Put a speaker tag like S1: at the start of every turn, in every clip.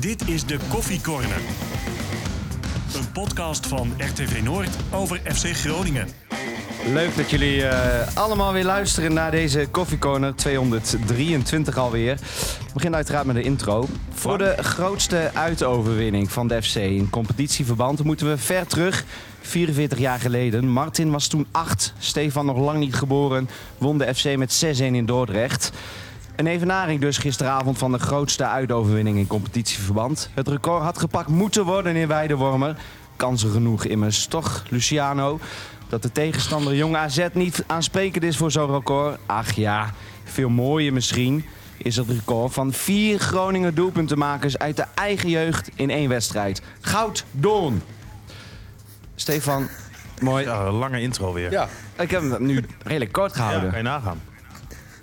S1: Dit is de Koffie Corner. Een podcast van RTV Noord over FC Groningen.
S2: Leuk dat jullie eh, allemaal weer luisteren naar deze Coffee Corner 223 alweer. We beginnen uiteraard met de intro. Voor de grootste uitoverwinning van de FC in competitieverband moeten we ver terug. 44 jaar geleden. Martin was toen 8, Stefan nog lang niet geboren. Won de FC met 6-1 in Dordrecht. Een evenaring dus gisteravond van de grootste uitoverwinning in competitieverband. Het record had gepakt moeten worden in Weidewormer. Kansen genoeg immers, toch Luciano? Dat de tegenstander Jong AZ niet aansprekend is voor zo'n record? Ach ja, veel mooier misschien is het record van vier Groningen doelpuntenmakers uit de eigen jeugd in één wedstrijd. Goud Doorn. Stefan, mooi.
S3: Ja, een lange intro weer.
S4: Ja,
S2: Ik heb hem nu redelijk kort
S3: Ja,
S2: gehouden.
S3: kan je nagaan.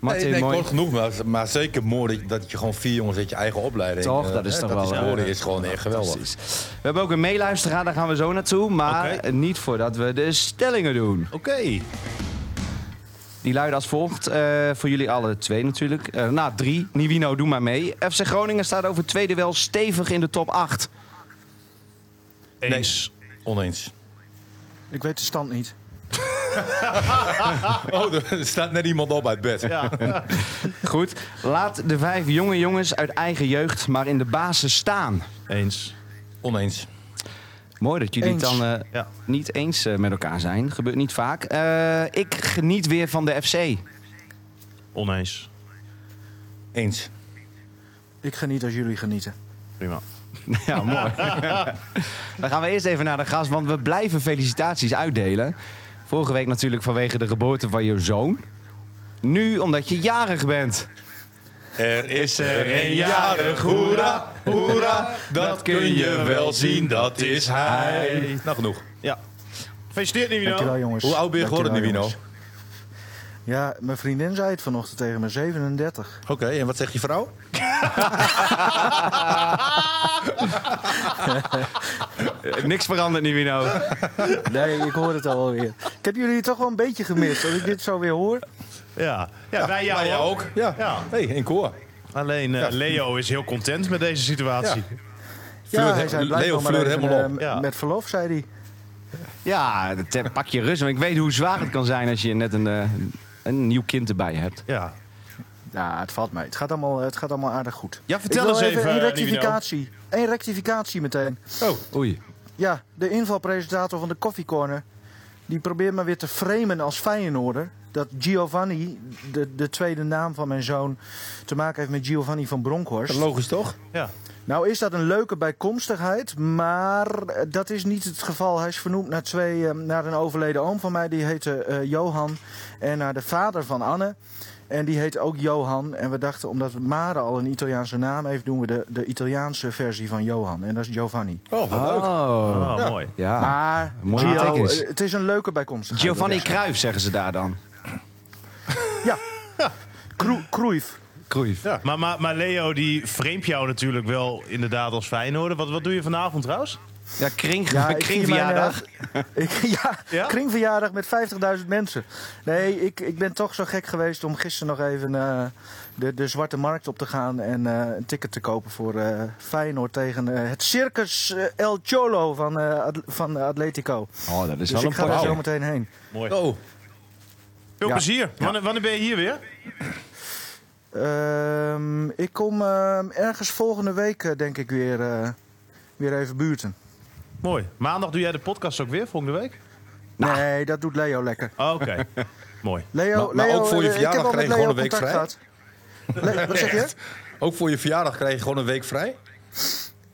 S2: Martin,
S4: nee, nee,
S2: mooi.
S4: kort genoeg, maar, maar zeker mooi dat je, dat je gewoon vier jongens uit je eigen opleiding...
S2: Toch?
S4: eh,
S2: Dat is
S4: hè,
S2: toch
S4: dat
S2: wel,
S4: is
S2: eh,
S4: worden is gewoon echt geweldig.
S2: Precies. We hebben ook een meeluisteraar, daar gaan we zo naartoe. Maar
S3: Oké.
S2: eh, niet voordat we de stellingen doen.
S3: Oké.
S2: Die luiden als volgt. eh, voor jullie alle twee natuurlijk. Eh nou, drie. Nivino, doe maar mee. FC Groningen staat over tweede wel stevig in de top 8.
S3: Eens.
S4: Oneens.
S5: Ik weet de stand niet.
S4: Oh, er staat net iemand op uit bed.
S2: Goed. Laat de vijf jonge jongens uit eigen jeugd maar in de basis staan.
S3: Eens.
S4: Oneens.
S2: Mooi dat jullie het
S5: Eens.
S2: dan eh,
S3: Ja.
S2: niet eens eh, met elkaar zijn. Gebeurt niet vaak. Eh, ik geniet weer van de FC.
S3: Oneens.
S4: Eens.
S5: Ik geniet als jullie genieten.
S3: Prima.
S2: Ja, mooi. Dan gaan we eerst even naar de gast, want we blijven felicitaties uitdelen. Vorige week natuurlijk vanwege de geboorte van je zoon. Nu omdat je jarig bent.
S4: Er is er een jarig, hoera, hoera. Dat kun je wel zien, dat is hij. Nou, genoeg.
S3: Ja. Gefeliciteerd, Nivino.
S5: Dankjewel jongens.
S4: Hoe oud ben je geworden,
S5: Dankjewel,
S4: Nivino?
S5: jongens.
S4: Oké,
S5: Ja, mijn vriendin zei het vanochtend tegen me, 37.
S4: en wat zegt je vrouw?
S2: Eh, Niks veranderd, Nivino.
S5: Nee, ik hoor het alweer. Ik heb jullie toch wel een beetje gemist, als ik dit zo weer hoor.
S3: Ja. Ja, wij jou
S4: Wij
S3: ook.
S4: Ja.
S3: Ja.
S4: hey, in koor.
S3: Alleen eh, Leo is heel content met deze situatie.
S4: Fleur,
S5: hij zei,
S4: Leo
S5: blijf nog maar
S4: Fleur
S5: even,
S4: helemaal
S5: eh,
S3: op. Ja.
S5: Met verlof, zei hij.
S2: Ja, te- pak je rust, want ik weet hoe zwaar het kan zijn als je net een, eh, een nieuw kind erbij hebt.
S3: Ja.
S5: Ja, het valt mij. Het gaat allemaal, het gaat allemaal aardig goed.
S3: Ja, vertel
S5: Ik wil
S3: eens even,
S5: Een
S3: eh,
S5: rectificatie. Een rectificatie meteen.
S2: Oei.
S5: Ja, de invalpresentator van de Coffee Corner. Die probeert me weer te framen als Feyenoorder. Dat Giovanni, de, de tweede naam van mijn zoon, te maken heeft met Giovanni van Bronckhorst.
S4: Logisch toch?
S3: Ja.
S5: Nou is dat een leuke bijkomstigheid, maar eh, dat is niet het geval. Hij is vernoemd naar, twee, eh, naar een overleden oom van mij, die heette eh, Johan. En naar de vader van Anne, en die heet ook Johan. En we dachten, omdat Mare al een Italiaanse naam heeft, doen we de, de Italiaanse versie van Johan. En dat is Giovanni.
S4: Oh, wat leuk.
S2: Oh.
S3: Oh, mooi.
S2: Ja.
S5: Maar
S2: mooie
S5: Gio,
S2: betekenis.
S5: eh, het is een leuke bijkomstigheid.
S2: Giovanni
S5: dat is-
S2: Cruijff zeggen ze daar dan.
S5: Ja, Cru- Cruijff.
S2: Cruijff.
S3: Maar, maar, maar Leo, die framet jou natuurlijk wel inderdaad als Feyenoorder. Wat, wat doe je vanavond trouwens?
S2: Ja, kring,
S5: Ja, ik vier mijn,
S2: kringverjaardag.
S5: eh, ik, ja,
S3: Ja?
S5: kringverjaardag met 50.000 mensen. Nee, ik, ik ben toch zo gek geweest om gisteren nog even eh, de, de zwarte markt op te gaan en eh, een ticket te kopen voor eh, Feyenoord tegen eh, het Circus eh, El Cholo van, eh, At- van Atletico.
S2: Oh, dat is
S5: Dus
S2: wel
S5: ik
S2: een
S5: ga daar
S2: potje.
S5: zo meteen heen.
S3: Mooi.
S4: Oh,
S3: Veel
S5: Ja.
S3: plezier. Wanneer, wanneer ben je hier weer?
S5: Ehm, ik kom ehm, ergens volgende week, eh, denk ik, weer, eh, weer even buurten.
S3: Mooi. Maandag doe jij de podcast ook weer, volgende week?
S2: Nou.
S5: Nee, dat doet Leo lekker.
S3: Oh, Oké. mooi.
S5: Leo,
S4: Maar- maar
S5: Leo,
S4: ook voor je
S5: eh, ik heb
S4: verjaardag
S5: al met
S4: krijg je
S5: Leo
S4: gewoon een week
S5: contact gehad. Le- wat zeg je?
S4: ook voor je verjaardag krijg je gewoon een week vrij?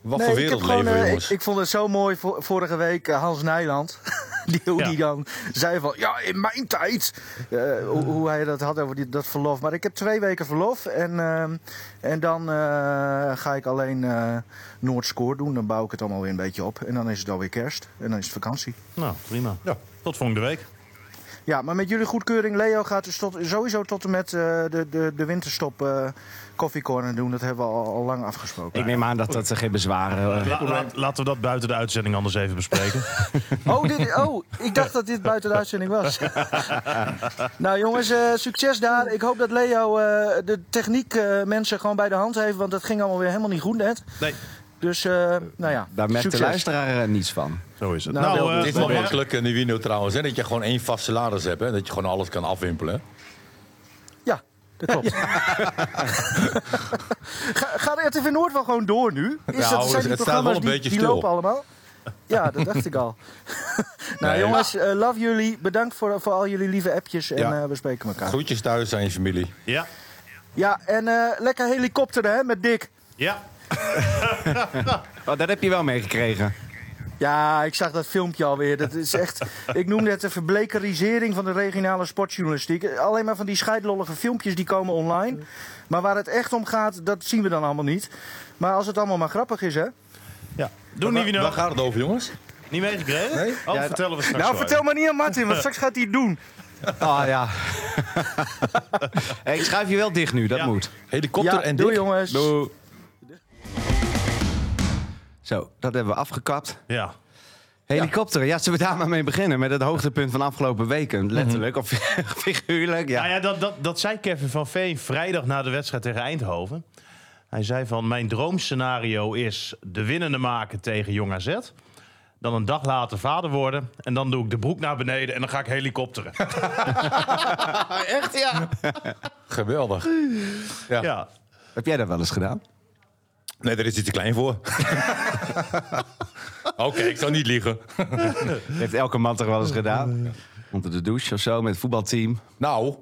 S4: Wat voor
S5: ik heb
S4: wereld
S5: gewoon,
S4: leven we,
S5: eh,
S4: jongens?
S5: Ik, ik vond het zo mooi vo- vorige week eh, Hans Nijland. Die, hoe
S3: Ja.
S5: die dan zei van, ja, in mijn tijd. eh, hoe, hoe hij dat had over die, dat verlof. Maar ik heb twee weken verlof. En, ehm, en dan eh, ga ik alleen eh Noordscore doen. Dan bouw ik het allemaal weer een beetje op. En dan is het alweer kerst. En dan is het vakantie.
S3: Nou, prima.
S4: Ja.
S3: Tot volgende week.
S5: Ja, maar met jullie goedkeuring. Leo gaat dus tot, sowieso tot en met eh, de, de, de winterstop eh koffiecorner doen. Dat hebben we al, al lang afgesproken.
S2: Ik neem aan dat dat eh, geen bezwaren... eh,
S3: La- la- laten we dat buiten de uitzending anders even bespreken.
S5: Oh, dit, oh, ik dacht dat dit buiten de uitzending was. nou jongens, eh, succes daar. Ik hoop dat Leo eh, de techniek eh, mensen gewoon bij de hand heeft. Want dat ging allemaal weer helemaal niet goed net.
S3: Nee.
S5: Dus, eh, nou ja,
S2: Daar merkt de
S5: succes.
S2: luisteraar eh, niets van.
S3: Zo is het.
S5: Nou, wel,
S3: eh,
S5: dit
S4: Dit is
S3: Robert,
S4: wel makkelijk, eh, Nivino trouwens. Hè? Dat je gewoon één vast salaris hebt. Hè? Dat je gewoon alles kan afwimpelen.
S5: Ja, dat klopt. Ga- Gaat RTV Noord wel gewoon door nu? Is
S4: Nou,
S5: zijn die
S4: het staat wel
S5: programma's
S4: een
S5: die-
S4: beetje
S5: die
S4: stil.
S5: lopen allemaal? Ja, dat dacht ik al. nou
S4: Nee.
S5: jongens, eh, love jullie. Bedankt voor, voor al jullie lieve appjes. En
S4: Ja.
S5: eh, we spreken elkaar.
S4: Groetjes thuis aan je familie.
S3: Ja,
S5: Ja, en eh, lekker helikopteren hè, met Dick.
S3: ja.
S2: Oh, dat heb je wel meegekregen.
S5: Ja, ik zag dat filmpje alweer. Dat is echt, ik noemde het de verblekerisering van de regionale sportjournalistiek. Alleen maar van die scheidlollige filmpjes die komen online. Maar waar het echt om gaat, dat zien we dan allemaal niet. Maar als het allemaal maar grappig is, hè?
S3: ja. Doe Nivino.
S4: Waar gaat het over, jongens?
S3: Niet meegekregen?
S4: Nee?
S3: Oh, vertellen we straks
S5: Nou,
S3: wel.
S5: vertel maar niet aan Martin, want straks gaat hij het doen.
S2: Oh ja. Hey, ik schuif je wel dicht nu, dat
S3: Ja.
S2: moet.
S4: Helikopter
S5: ja,
S4: en
S5: doei
S4: dik.
S5: jongens.
S2: Zo, dat hebben we afgekapt.
S3: Ja.
S2: Helikopteren, ja, zullen we daar maar mee beginnen? Met het hoogtepunt van afgelopen weken. Letterlijk of figuurlijk, ja.
S3: Nou ja, dat, dat, dat zei Kevin van Veen vrijdag na de wedstrijd tegen Eindhoven. Hij zei van, mijn droomscenario is de winnende maken tegen Jong AZ. Dan een dag later vader worden. En dan doe ik de broek naar beneden en dan ga ik helikopteren.
S2: Ah, Echt, ja.
S4: Geweldig.
S3: ja.
S2: Heb jij dat wel eens gedaan?
S4: Nee, daar is hij te klein voor. Oké, ik zal niet liegen.
S2: Heeft elke man toch wel eens gedaan? Onder de douche of zo, met het voetbalteam.
S4: Nou,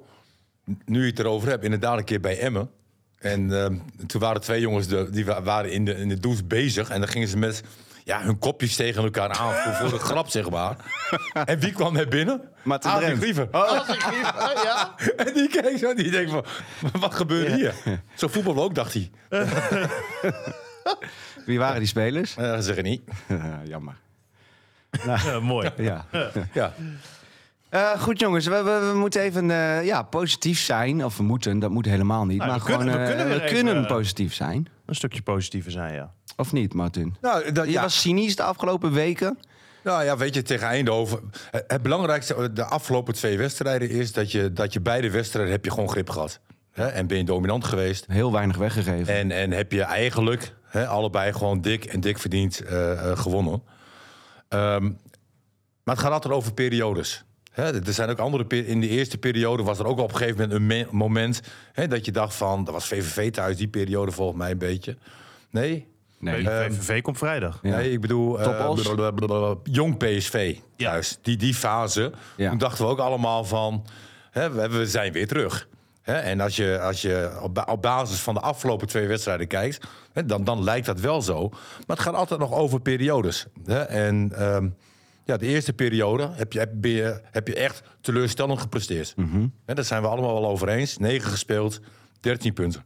S4: nu je het erover hebt, inderdaad een keer bij Emmen. En ehm, toen waren twee jongens de, die wa- waren in de, in de douche bezig. En dan gingen ze met ja, hun kopjes tegen elkaar aan. Voor, voor de grap, zeg maar. En wie kwam er binnen?
S2: Martin
S4: Adrie
S2: Drent.
S5: Oh,
S4: Grieven. En die keek zo en die denkt van, wat gebeurt hier? Zo voetbal ook, dacht hij.
S2: Wie waren die spelers?
S4: Eh, dat zeg ik niet.
S2: jammer.
S3: Eh, mooi.
S2: Ja.
S4: Ja.
S2: Eh, goed jongens, we, we, we moeten even eh, ja, positief zijn. Of we moeten, dat moet helemaal niet.
S3: Nou,
S2: maar
S3: we
S2: gewoon,
S3: kunnen- we
S2: eh,
S3: kunnen weer even, eh,
S2: positief zijn.
S3: Een stukje positiever zijn, ja.
S2: Of niet, Martin?
S4: Nou, dat,
S2: Je was cynisch de afgelopen weken.
S4: Nou ja, weet je, tegen Eindhoven. eh, Het belangrijkste de afgelopen twee wedstrijden is dat je, dat je beide wedstrijden heb je gewoon grip gehad. Hè? En ben je dominant geweest.
S2: Heel weinig weggegeven.
S4: En, en heb je eigenlijk hè, allebei gewoon dik en dik verdiend eh, eh, gewonnen. Ehm, maar het gaat altijd over periodes. Hè, er zijn ook andere per- In de eerste periode was er ook op een gegeven moment een me- moment hè, dat je dacht van, dat was VVV thuis die periode volgens mij een beetje. Nee,
S2: Nee.
S3: VVV komt vrijdag.
S2: Ja.
S4: Nee, ik bedoel, eh,
S2: Topos.
S4: blablabla, blablabla, jong PSV
S3: Ja.
S4: juist. Die, die fase,
S2: Ja.
S4: toen dachten we ook allemaal van, hè, we, we zijn weer terug. Hè, en als je, als je op, ba- op basis van de afgelopen twee wedstrijden kijkt, hè, dan, dan lijkt dat wel zo. Maar het gaat altijd nog over periodes. Hè, en ehm, ja, de eerste periode heb je, heb, ben je, heb je echt teleurstellend gepresteerd. Hè, daar zijn we allemaal wel over eens. 9 gespeeld, 13 punten.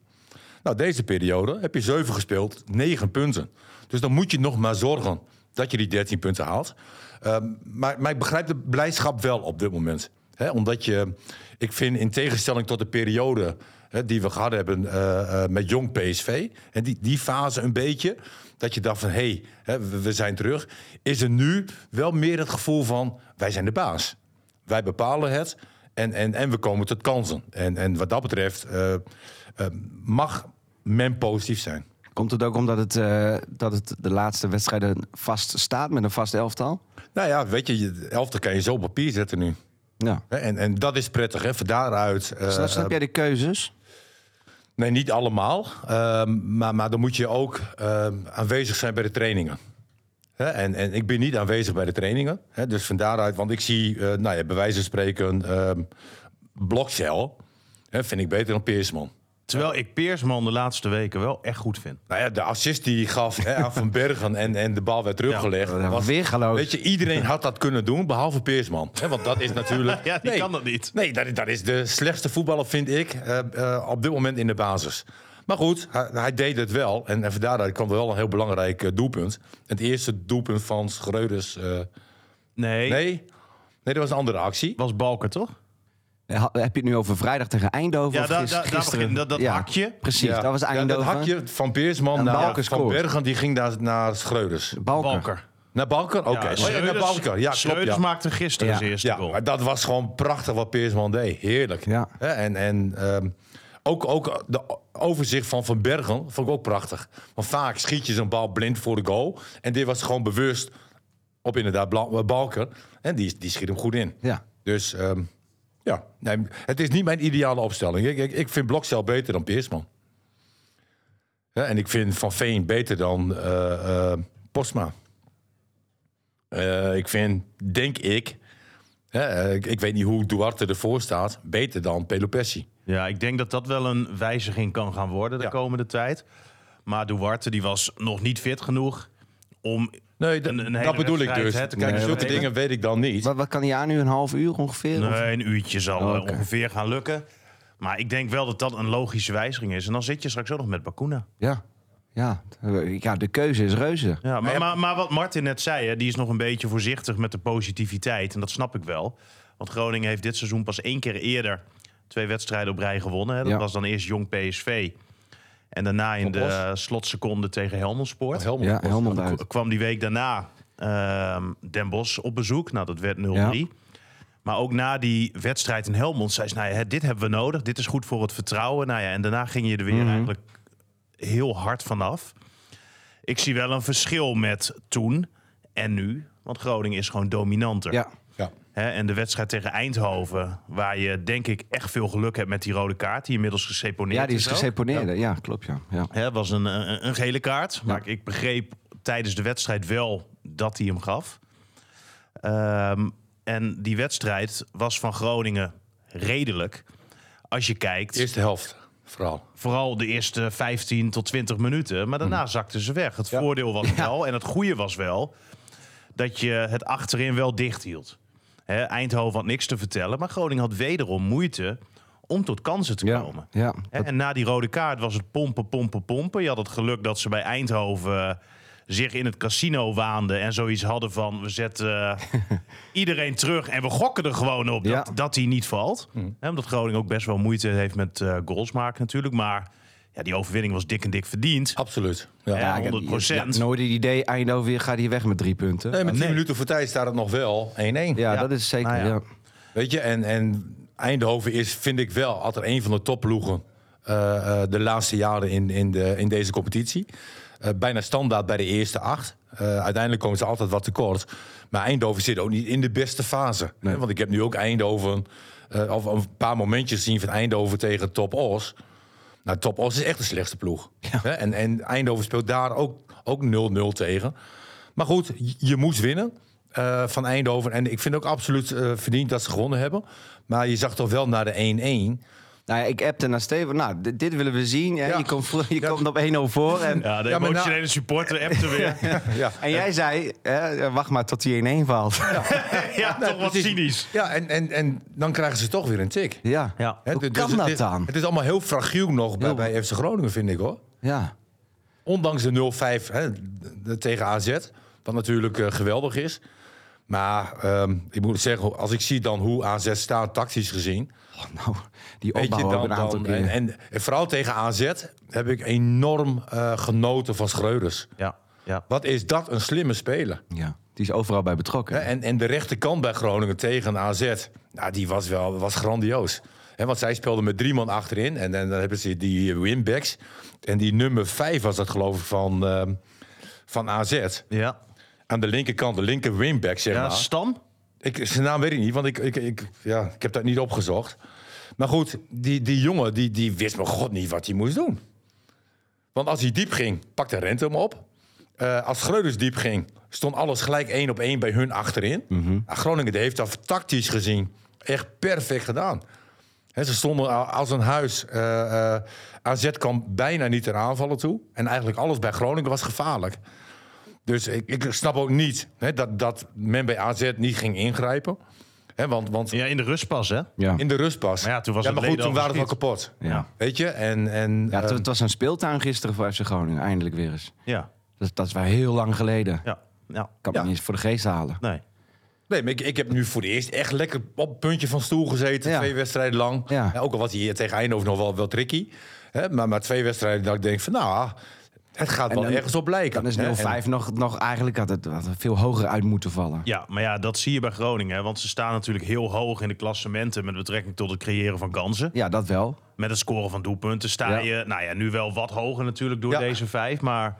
S4: Nou, deze periode heb je 7 gespeeld, 9 punten. Dus dan moet je nog maar zorgen dat je die 13 punten haalt. Ehm, maar, maar ik begrijp de blijdschap wel op dit moment. Hè, omdat je, ik vind in tegenstelling tot de periode hè, die we gehad hebben eh, eh, met jong PSV, en die, die fase een beetje, dat je dacht van hé, hey, hè, we, we zijn terug, is er nu wel meer het gevoel van wij zijn de baas. Wij bepalen het en, en, en we komen tot kansen. En, en wat dat betreft eh, eh, mag men positief zijn.
S2: Komt het ook omdat het, eh, dat het de laatste wedstrijden vast staat met een vast elftal?
S4: Nou ja, weet je, je de elfte kan je zo op papier zetten nu.
S2: Ja.
S4: Hè, En, en dat is prettig, hè? Van daaruit. eh,
S2: Snap, snap jij de keuzes?
S4: nee, niet allemaal. ehm, maar, maar dan moet je ook ehm, aanwezig zijn bij de trainingen. Hè, en, en ik ben niet aanwezig bij de trainingen. Hè? Dus van daaruit, want ik zie, eh nou ja, bij wijze van spreken, ehm Blokcel hè, vind ik beter dan Peersman.
S3: Terwijl ik Peersman de laatste weken wel echt goed vind.
S4: Nou ja, de assist die hij gaf hè, aan Van Bergen en, en de bal werd teruggelegd.
S2: Ja,
S4: was,
S2: weer geloofd.
S4: Weet je, iedereen had dat kunnen doen, behalve Peersman. Hè, want dat is natuurlijk...
S3: Ja, die kan dat niet.
S4: Nee, dat, is- dat is de slechtste voetballer, vind ik, eh, eh, op dit moment in de basis. Maar goed, hij, hij deed het wel. En, en van daaruit kwam er wel een heel belangrijk eh, doelpunt. Het eerste doelpunt van Schreuders... eh,
S3: Nee.
S4: nee? Nee, dat was een andere actie.
S3: Was Balken, toch?
S2: Ha- Heb je het nu over vrijdag tegen Eindhoven?
S3: Ja,
S2: of
S3: daar-
S2: gis-
S3: daar- daar
S2: gisteren?
S3: begint dat- dat
S2: Ja,
S3: hakje.
S2: Precies,
S4: Ja.
S2: dat was
S4: Ja,
S2: Eindhoven.
S4: dat hakje van Peersman
S2: En
S4: naar
S2: Balken
S4: Van
S2: scoort.
S4: Bergen, die ging daar naar Schreuders.
S2: Balker.
S3: Balker.
S4: Naar Balker? Oké,
S3: Ja,
S4: Oh ja, naar Balker. Ja, klopt,
S3: Schreuders
S4: ja.
S3: maakte gisteren
S2: Ja.
S3: zijn eerste
S4: Ja,
S3: goal.
S4: maar dat was gewoon prachtig wat Peersman deed. Heerlijk.
S2: Ja.
S4: Hè, En, en ehm, ook, ook de overzicht van Van Bergen vond ik ook prachtig. Want vaak schiet je zo'n bal blind voor de goal. En dit was gewoon bewust op inderdaad Bla- Balker. En die, die schiet hem goed in.
S2: Ja.
S4: Dus ehm, ja, nee, het is niet mijn ideale opstelling. Ik, ik, ik vind Blokcel beter dan Peersman. Ja, en ik vind Van Veen beter dan eh, eh, Postma. Eh, ik vind, denk ik, hè, eh, ik, ik weet niet hoe Duarte ervoor staat, beter dan Pelopessi.
S3: Ja, ik denk dat dat wel een wijziging kan gaan worden de
S4: Ja.
S3: komende tijd. Maar Duarte die was nog niet fit genoeg om...
S4: Nee, d-
S3: Een- een hele
S4: dat bedoel ik
S3: wedstrijd,
S4: dus.
S3: hè, te
S4: Kijk,
S3: kijken.
S4: zulke dingen weet ik dan niet.
S2: Wat, wat kan hij aan nu? Een half uur ongeveer? Of-
S3: Nee, een uurtje zal eh,
S2: Oké.
S3: ongeveer gaan lukken. Maar ik denk wel dat dat een logische wijziging is. En dan zit je straks ook nog met Bakuna.
S2: Ja. Ja. ja, de keuze is reuze.
S3: Ja, maar,
S4: ja-
S3: maar, maar wat Martin net zei, hè, die is nog een beetje voorzichtig met de positiviteit. En dat snap ik wel. Want Groningen heeft dit seizoen pas één keer eerder twee wedstrijden op rij gewonnen. Hè. Dat
S2: Ja.
S3: was dan eerst Jong PSV. En daarna in
S4: Van
S3: de
S4: Bos.
S3: eh, slotseconde tegen Helmondspoort.
S4: Helmond.
S2: Ja, helemaal uit.
S3: K- kwam die week daarna ehm Den Bosch op bezoek. Nou, dat werd 0-3.
S2: Ja.
S3: Maar ook na die wedstrijd in Helmond zei ze... Nou ja, hè, dit hebben we nodig, dit is goed voor het vertrouwen. Nou ja, en daarna ging je er weer
S2: Mhm.
S3: eigenlijk heel hard vanaf. Ik zie wel een verschil met toen en nu. Want Groningen is gewoon dominanter.
S2: Ja.
S4: Ja.
S3: Hè, en de wedstrijd tegen Eindhoven... waar je denk ik echt veel geluk hebt met die rode kaart... die inmiddels geseponeerd
S2: ja, die is
S3: is ook.
S2: geseponeerd. Ja. klopt. Ja. Ja.
S3: Hè, was een, een, een gele kaart. Maar ik- ik begreep tijdens de wedstrijd wel dat hij hem gaf. Ehm, en die wedstrijd was van Groningen redelijk. Als je kijkt,
S4: Eerste helft, vooral.
S3: vooral de eerste 15 tot 20 minuten. Maar daarna zakten ze weg. Het voordeel was wel, en het goede was wel, dat je het achterin wel dicht hield. Hè, Eindhoven had niks te vertellen, maar Groningen had wederom moeite om tot kansen te
S2: Ja.
S3: komen.
S2: ja.
S3: Hè, en na die rode kaart was het pompen, pompen, pompen. Je had het geluk dat ze bij Eindhoven eh, zich in het casino waanden en zoiets hadden van we zetten eh, iedereen terug en we gokken er gewoon op
S2: Ja.
S3: dat, dat die niet valt. Hè, omdat Groningen ook best wel moeite heeft met eh, goals maken natuurlijk. Maar ja, die overwinning was dik en dik verdiend.
S4: Absoluut. Oh, Ja.
S3: Ja,
S2: ik heb-
S3: 100%.
S2: ja, nooit het idee, Eindhoven weer gaat hier weg met drie punten.
S4: Nee, met 10
S3: Ah, Nee.
S4: minuten voor tijd staat het nog wel 1-1.
S2: ja, dat is zeker.
S3: Nou ja.
S2: ja.
S4: Weet je, en, en Eindhoven is, vind ik wel, altijd een van de topploegen eh, eh, de laatste jaren in, in, de, in deze competitie. Eh, bijna standaard bij de eerste acht. Eh, uiteindelijk komen ze altijd wat tekort. Maar Eindhoven zit ook niet in de beste fase. Hè, Want ik heb nu ook Eindhoven, eh, of een paar momentjes zien van Eindhoven tegen Top Os. Nou, Top Os is echt de slechtste ploeg. Hè, En, en Eindhoven speelt daar ook, ook 0-0 tegen. Maar goed, je- je moest winnen eh, van Eindhoven. En ik vind ook absoluut eh, verdiend dat ze gewonnen hebben. Maar je zag toch wel naar de 1-1.
S2: Nou ja, ik appte naar Steven. Nou, dit, dit willen we zien. Hè.
S4: Ja.
S2: Je komt, vro- je
S4: Ja.
S2: komt op 1-0 voor. En,
S3: Ja, de
S4: Ja, maar
S3: emotionele supporter appte weer. ja,
S4: Ja.
S2: en jij zei, hè, wacht maar tot die 1-1 valt. Ja.
S3: toch wat
S4: nou, precies.
S3: cynisch.
S4: Ja, en, en, en dan krijgen ze toch weer een tik.
S3: Ja.
S4: Hè,
S2: Hoe
S4: dus
S2: kan
S4: het
S2: dat
S4: is-
S2: dan?
S4: Het is allemaal heel fragiel nog bij, bij FC Groningen, vind ik hoor.
S2: Ja.
S4: Ondanks de 0-5 hè, de- tegen AZ, wat natuurlijk eh, geweldig is. Maar ehm, ik moet zeggen, als ik zie dan hoe AZ staat tactisch gezien...
S2: Oh, nou, die
S4: Weet je,
S2: opbouw ook
S4: dan,
S2: een aantal
S4: dan, en,
S2: keer.
S4: en, en vooral tegen AZ heb ik enorm eh, genoten van Schreuders.
S3: Ja, ja.
S4: Wat is dat een slimme speler.
S2: Ja, die is overal bij
S4: Hè,
S2: betrokken.
S4: En, en de rechterkant bij Groningen tegen AZ, nou, die was wel was grandioos. Hè, want zij speelden met drie man achterin. En, en dan hebben ze die winbacks. En die nummer vijf was dat geloof ik van, ehm, van AZ.
S3: Ja,
S4: Aan de linkerkant, de linker winback zeg
S3: ja
S4: maar.
S3: Stam?
S4: Ik, zijn naam weet ik niet, want ik, ik, ik, ja, ik heb dat niet opgezocht. Maar goed, die, die jongen die, die wist mijn god niet wat hij moest doen. Want als hij diep ging, pakte Rente hem op. Eh, als Schreuders diep ging, stond alles gelijk één op één bij hun achterin. Nou, Groningen die heeft dat tactisch gezien echt perfect gedaan. Hè, ze stonden a- als een huis. eh, eh, AZ kwam bijna niet ter aanvallen toe. En eigenlijk alles bij Groningen was gevaarlijk. Dus ik, ik snap ook niet hè, dat, dat men bij AZ niet ging ingrijpen. Hè, want want
S3: Ja, in de rust pas, hè?
S2: Ja,
S4: in de rust pas.
S3: Maar ja, toen was
S4: ja,
S3: het
S4: maar goed,
S3: leden
S4: toen
S3: al
S4: waren we wel kapot.
S2: Ja.
S4: Weet je? En, en,
S2: ja het,
S4: eh,
S2: het was een speeltuin gisteren voor FC Groningen. Eindelijk weer eens.
S3: Ja,
S2: Dat, dat is wel heel lang geleden.
S3: ja, ja.
S2: Kan me
S4: Ja.
S2: niet eens voor de geest halen.
S3: Nee.
S4: nee, maar ik, ik heb nu voor het eerst echt lekker op het puntje van stoel gezeten.
S2: Ja.
S4: Twee wedstrijden lang.
S2: Ja.
S4: Hè, ook al was hij hier tegen Eindhoven nog wel, wel tricky. Hè, maar, maar twee wedstrijden dat ik denk van, nou... Het gaat wel
S2: dan-
S4: ergens op lijken.
S2: Dan is
S4: hè. En-
S2: 0-5 nog, nog eigenlijk had het, had het veel hoger uit moeten vallen.
S3: Ja, maar ja, dat zie je bij Groningen. hè, Want ze staan natuurlijk heel hoog in de klassementen met betrekking tot het creëren van kansen.
S2: Ja, dat wel.
S3: Met het scoren van doelpunten sta
S2: Ja.
S3: je, nou ja, nu wel wat hoger natuurlijk door
S4: Ja.
S3: deze vijf. Maar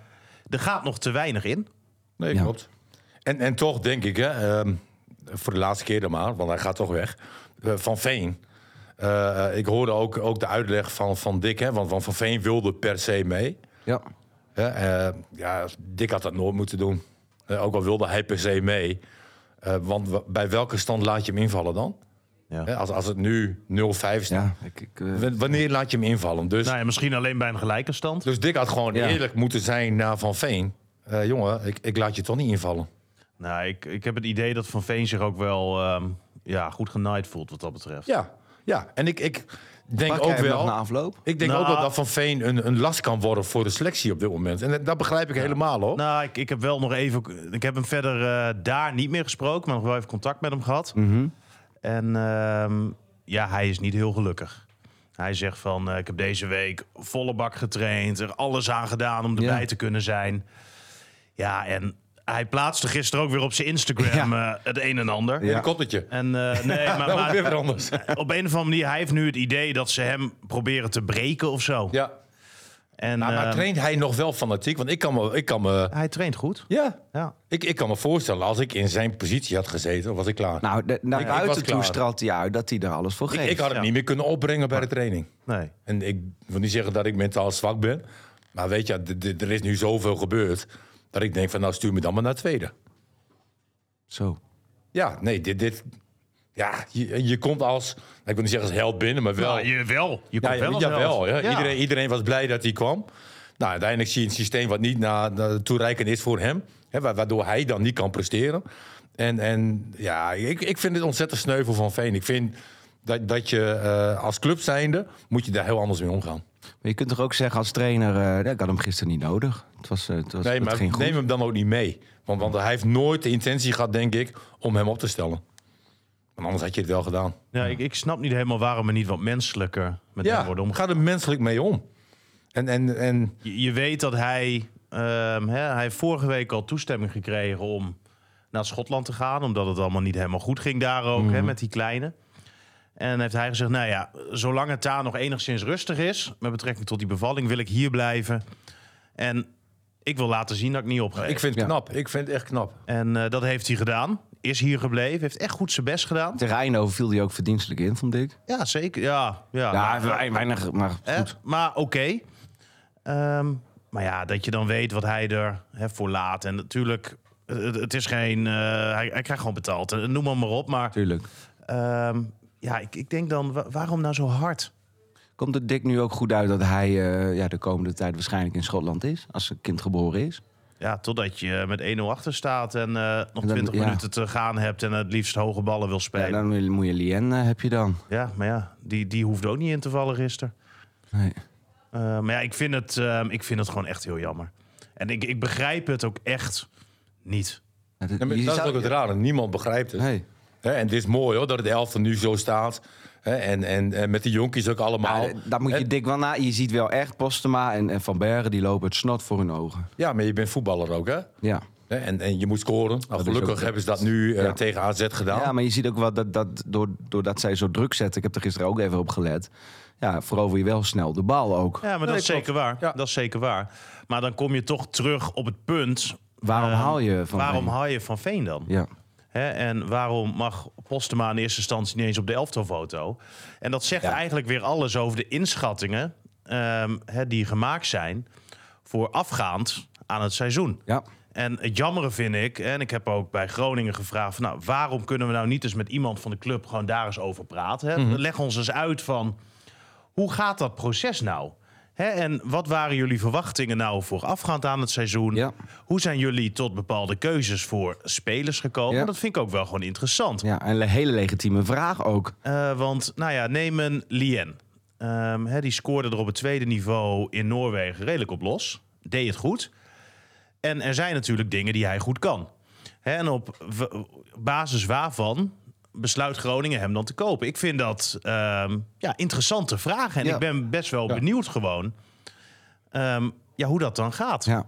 S3: er gaat nog te weinig in.
S4: Nee,
S2: Ja.
S4: klopt. En, en toch denk ik, hè, ehm, voor de laatste keer dan maar, want hij gaat toch weg, eh, Van Veen. Eh, eh, ik hoorde ook, ook de uitleg van, van Dick, hè, want, want Van Veen wilde per se mee.
S2: Ja.
S4: Hè, eh, ja, Dick had dat nooit moeten doen. Eh, ook al wilde hij per se mee. Eh, want wa- bij welke stand laat je hem invallen dan?
S3: Ja.
S4: Hè, als, als het nu 0-5 staat,
S2: ja ik, ik, eh,
S4: w- wanneer laat je hem invallen? Dus,
S3: Nou ja, misschien alleen bij een gelijke stand.
S4: dus Dick had gewoon
S2: Ja.
S4: eerlijk moeten zijn naar Van Veen. Eh, jongen, ik, ik laat je toch niet invallen.
S3: Nou, ik, ik heb het idee dat Van Veen zich ook wel ehm, ja, goed genaaid voelt wat dat betreft.
S4: Ja, ja. en ik, ik
S2: pak
S4: denk
S2: jij
S4: ook
S2: hem nog na
S4: wel.
S2: afloop.
S4: Ik denk
S3: Nou.
S4: ook wel dat Van Veen een, een last kan worden voor de selectie op dit moment. En dat, dat begrijp ik helemaal hoor.
S3: Nou, ik, ik heb wel nog even. Ik heb hem verder eh, daar niet meer gesproken, maar nog wel even contact met hem gehad.
S4: Mhm.
S3: En ehm, ja, hij is niet heel gelukkig. Hij zegt van, eh, ik heb deze week volle bak getraind, er alles aan gedaan om erbij
S2: Ja.
S3: te kunnen zijn. Ja, en hij plaatste gisteren ook weer op zijn Instagram eh, het een en ander.
S4: Een kottetje.
S3: En eh, nee, maar,
S4: Dat is weer
S3: maar
S4: wat anders.
S3: op een of andere manier, hij heeft nu het idee dat ze hem proberen te breken of zo.
S4: Ja.
S3: En
S4: Maar, maar
S3: ehm,
S4: traint hij nog wel fanatiek? Want ik kan me, ik kan me,
S3: hij traint goed.
S4: ja,
S3: Ja.
S4: ik, ik kan me voorstellen, als ik in zijn positie had gezeten, was ik klaar.
S2: Nou, de- naar
S4: ik was
S2: buiten toe
S4: klaar.
S2: straalt hij uit dat hij er alles voor
S4: ik,
S2: geeft.
S4: ik had hem
S3: ja.
S4: niet meer kunnen opbrengen bij de training.
S3: Nee.
S4: En ik wil niet zeggen dat ik mentaal zwak ben. Maar weet je, d- d- er is nu zoveel gebeurd. Dat ik denk van, nou stuur me dan maar naar tweede.
S2: Zo.
S4: Ja, nee, dit... dit ja, je, je komt als, nou, ik wil niet zeggen als held binnen, maar wel...
S3: Ja, Nou, je wel. Ah, Je
S4: Ja,
S3: komt wel als
S4: ja,
S3: held.
S4: jawel, ja.
S3: Ja.
S4: Iedereen, iedereen was blij dat hij kwam. Nou, uiteindelijk zie je een systeem wat niet na, na- toereikend is voor hem. Hè, wa- waardoor hij dan niet kan presteren. En, en ja, ik, ik vind het ontzettend sneuvel van Veen. Ik vind dat, dat je eh, als club zijnde moet je daar heel anders mee omgaan.
S2: Maar je kunt toch ook zeggen als trainer, eh, nee, ik had hem gisteren niet nodig. Het, was, eh, het, was,
S4: Nee,
S2: het
S4: maar
S2: ging goed.
S4: neem hem dan ook niet mee. Want, want hij heeft nooit de intentie gehad, denk ik, om hem op te stellen. Want anders had je het wel gedaan.
S3: Ja, ik, ik snap niet helemaal waarom er niet wat menselijker met hem
S4: Ja,
S3: wordt omgegaan.
S4: ga er menselijk mee om. En, en, en
S3: Je, je weet dat hij... ehm, hè, hij heeft vorige week al toestemming gekregen om naar Schotland te gaan. Omdat het allemaal niet helemaal goed ging daar ook, hè,
S4: Mhm.
S3: met die kleine. En heeft hij gezegd, nou ja, zolang het daar nog enigszins rustig is... met betrekking tot die bevalling, wil ik hier blijven. En ik wil laten zien dat ik niet opgeef.
S4: ik vind het
S2: Ja.
S4: knap. Ik vind het echt knap.
S3: En eh, dat heeft hij gedaan. Is hier gebleven. Heeft echt goed zijn best gedaan.
S2: Tegen Eindhoven viel hij ook verdienstelijk in, vond ik.
S3: Ja, zeker. Ja,
S4: Ah.
S3: ja,
S2: Ja,
S3: Nou,
S2: hij heeft weinig, maar goed.
S3: Hè? Maar oké. Ehm, maar ja, dat je dan weet wat hij er hè, voor laat. En natuurlijk, het, het is geen... eh, hij, hij krijgt gewoon betaald. Eh, Noem hem maar op. Maar
S2: Tuurlijk.
S3: ehm, ja, ik, ik denk dan, wa- waarom nou zo hard?
S2: Komt het Dick nu ook goed uit dat hij eh, ja, de komende tijd waarschijnlijk in Schotland is? Als zijn kind geboren is?
S3: Ja, totdat je met 1-0 achter staat en eh, nog
S2: dan-
S3: 20
S2: ja.
S3: minuten te gaan hebt... en het liefst hoge ballen wil
S2: Ja,
S3: spelen. Ja,
S2: dan moet je- moet je Lien eh, heb je dan.
S3: maar ja, die, die hoeft ook niet in te vallen gisteren.
S2: Nee.
S3: Eh, maar ja, ik vind, het, ehm, ik vind het gewoon echt heel jammer. En ik, ik begrijp het ook echt niet.
S2: Ja,
S4: Ja, maar
S2: je
S4: dat is
S2: zou-
S4: ook het rare. Niemand begrijpt het.
S2: Nee.
S4: Hè, en het is mooi hoor, dat het elftal nu zo staat. Hè, en, en, en met die jonkies ook
S2: Ja,
S4: allemaal.
S2: eh, daar moet je
S4: Hè,
S2: Dick wel na. Je ziet wel echt Postema en, en Van Bergen, die lopen het snot voor hun ogen.
S4: ja, maar je bent voetballer ook hè.
S2: Ja.
S4: Hè, En, en je moet scoren. Nou,
S2: is ook-
S4: gelukkig hebben ze dat nu eh,
S2: Ja.
S4: tegen AZ gedaan.
S2: Ja, maar je ziet ook wel dat, dat door- doordat zij zo druk zetten, ik heb er gisteren ook even op gelet, ja, verover je wel snel de bal ook.
S3: Ja, maar dat is
S4: klopt.
S3: zeker waar.
S4: Ja.
S3: Dat is zeker waar. Maar dan kom je toch terug op het punt.
S2: Waarom
S3: ehm,
S2: haal je Van
S3: waarom
S2: Veen?
S3: haal je van Veen dan?
S2: Ja.
S3: Hè, en waarom mag Postema in eerste instantie niet eens op de elftalfoto? En dat zegt eigenlijk weer alles over de inschattingen ehm, hè, die gemaakt zijn voorafgaand aan het seizoen.
S2: Ja.
S3: En het jammere vind ik, en ik heb ook bij Groningen gevraagd... Van, nou, waarom kunnen we nou niet eens met iemand van de club gewoon daar eens over praten? Hè?
S2: Mhm.
S3: Leg ons eens uit van, hoe gaat dat proces nou? Hè? En wat waren jullie verwachtingen nou voorafgaand aan het seizoen?
S2: Ja.
S3: Hoe zijn jullie tot bepaalde keuzes voor spelers gekomen?
S2: Ja.
S3: Dat vind ik ook wel gewoon interessant.
S2: ja, en een hele legitieme vraag ook.
S3: Eh, want, nou ja, neem een Lien. Ehm, hè, die scoorde er op het tweede niveau in Noorwegen redelijk op los. Deed het goed. En er zijn natuurlijk dingen die hij goed kan. Hè, en op w- basis waarvan besluit Groningen hem dan te kopen? Ik vind dat ehm, ja, interessante vragen. En
S2: Ja.
S3: ik ben best wel benieuwd gewoon... ehm, ja, hoe dat dan gaat.
S2: Ja.